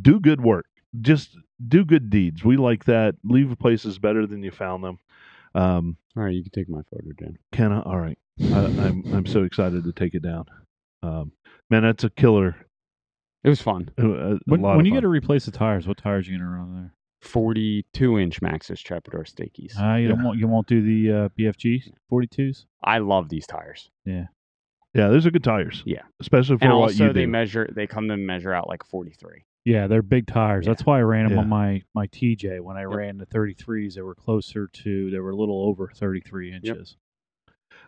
Speaker 1: do good work. Just do good deeds. We like that. Leave places better than you found them. Um,
Speaker 3: All right, you can take my photo down.
Speaker 1: can I? All right. I, I'm, I'm so excited to take it down. Um, man, that's a killer.
Speaker 3: It was fun.
Speaker 1: A, a
Speaker 2: when
Speaker 1: lot
Speaker 2: when
Speaker 1: of
Speaker 2: you
Speaker 1: fun.
Speaker 2: got to replace the tires, what tires you gonna run there?
Speaker 3: 42 inch Maxxis Trappador Stakey's.
Speaker 2: Uh, you don't
Speaker 1: Yeah.
Speaker 2: want you won't do the uh, BFG 42s.
Speaker 3: I love these tires.
Speaker 1: yeah, those are good tires.
Speaker 3: Yeah.
Speaker 1: Especially for
Speaker 3: And
Speaker 1: what
Speaker 3: also,
Speaker 1: you
Speaker 3: they
Speaker 1: do.
Speaker 3: measure, they come to measure out like 43.
Speaker 2: Yeah, they're big tires. That's why I ran them
Speaker 1: Yeah.
Speaker 2: on my my TJ. When I
Speaker 3: Yep.
Speaker 2: ran the 33s, they were closer to they were a little over 33 inches.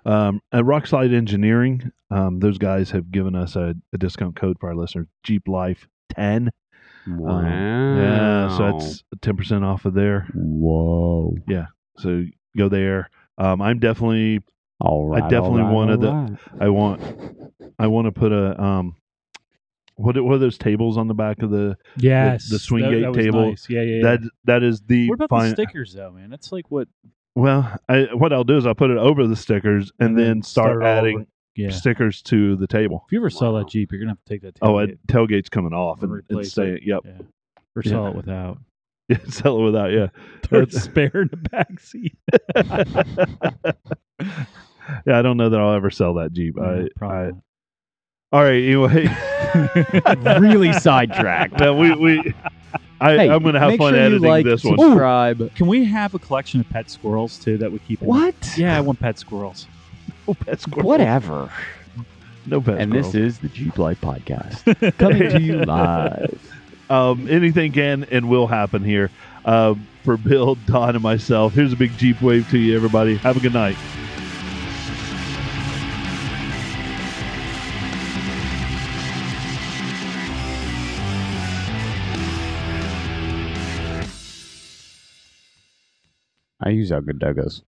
Speaker 1: Um, at Rockslide Engineering, um, those guys have given us a, a discount code for our listeners, Jeep Life 10.
Speaker 3: Wow.
Speaker 1: Um, Yeah,
Speaker 3: Oh.
Speaker 1: so that's 10% off of there.
Speaker 3: Whoa.
Speaker 1: So go there. Um, I'm definitely
Speaker 3: All right.
Speaker 1: definitely
Speaker 3: all right,
Speaker 1: wanted the-
Speaker 3: all right.
Speaker 1: I want- I want to put a um what are- what are those tables on the back of the
Speaker 2: Yes,
Speaker 1: the swing gate
Speaker 2: was
Speaker 1: table,
Speaker 2: nice. Yeah, yeah. yeah.
Speaker 1: that that is the
Speaker 2: what about
Speaker 1: fin-
Speaker 2: the stickers though, man? That's like what.
Speaker 1: well I, what I'll do is I'll put it over the stickers and,
Speaker 2: And
Speaker 1: then,
Speaker 2: then
Speaker 1: start,
Speaker 2: start all
Speaker 1: adding
Speaker 2: Yeah. If
Speaker 1: stickers to the table.
Speaker 2: you ever sell
Speaker 3: Wow.
Speaker 2: that Jeep, you're gonna have to take that.
Speaker 1: Oh,
Speaker 2: tailgate
Speaker 1: and tailgate's coming off and, and
Speaker 2: replace
Speaker 1: say
Speaker 2: it.
Speaker 1: yep,
Speaker 2: Yeah. Or
Speaker 1: Yeah.
Speaker 2: sell it without.
Speaker 1: sell it without yeah.
Speaker 2: There's a
Speaker 1: That's-
Speaker 2: spare in the back seat.
Speaker 1: yeah, I don't know that I'll ever sell that Jeep. I, I, all right, anyway,
Speaker 3: really sidetracked.
Speaker 1: man, we we I,
Speaker 3: Hey,
Speaker 1: I'm gonna have
Speaker 3: make
Speaker 1: fun
Speaker 3: sure you
Speaker 1: editing
Speaker 3: like,
Speaker 1: this one.
Speaker 3: Subscribe.
Speaker 2: Can we have a collection of pet squirrels too that we keep? in-
Speaker 3: What?
Speaker 2: Yeah, I want pet squirrels.
Speaker 1: No pet squirrel.
Speaker 3: Whatever.
Speaker 1: No pet
Speaker 3: and
Speaker 1: squirrel.
Speaker 3: this is the Jeep Life Podcast coming to you live.
Speaker 1: um, anything can and will happen here. Uh, for Bill, Don, and myself, here's a big Jeep wave to you, everybody. Have a good night.
Speaker 3: I use Algodugos.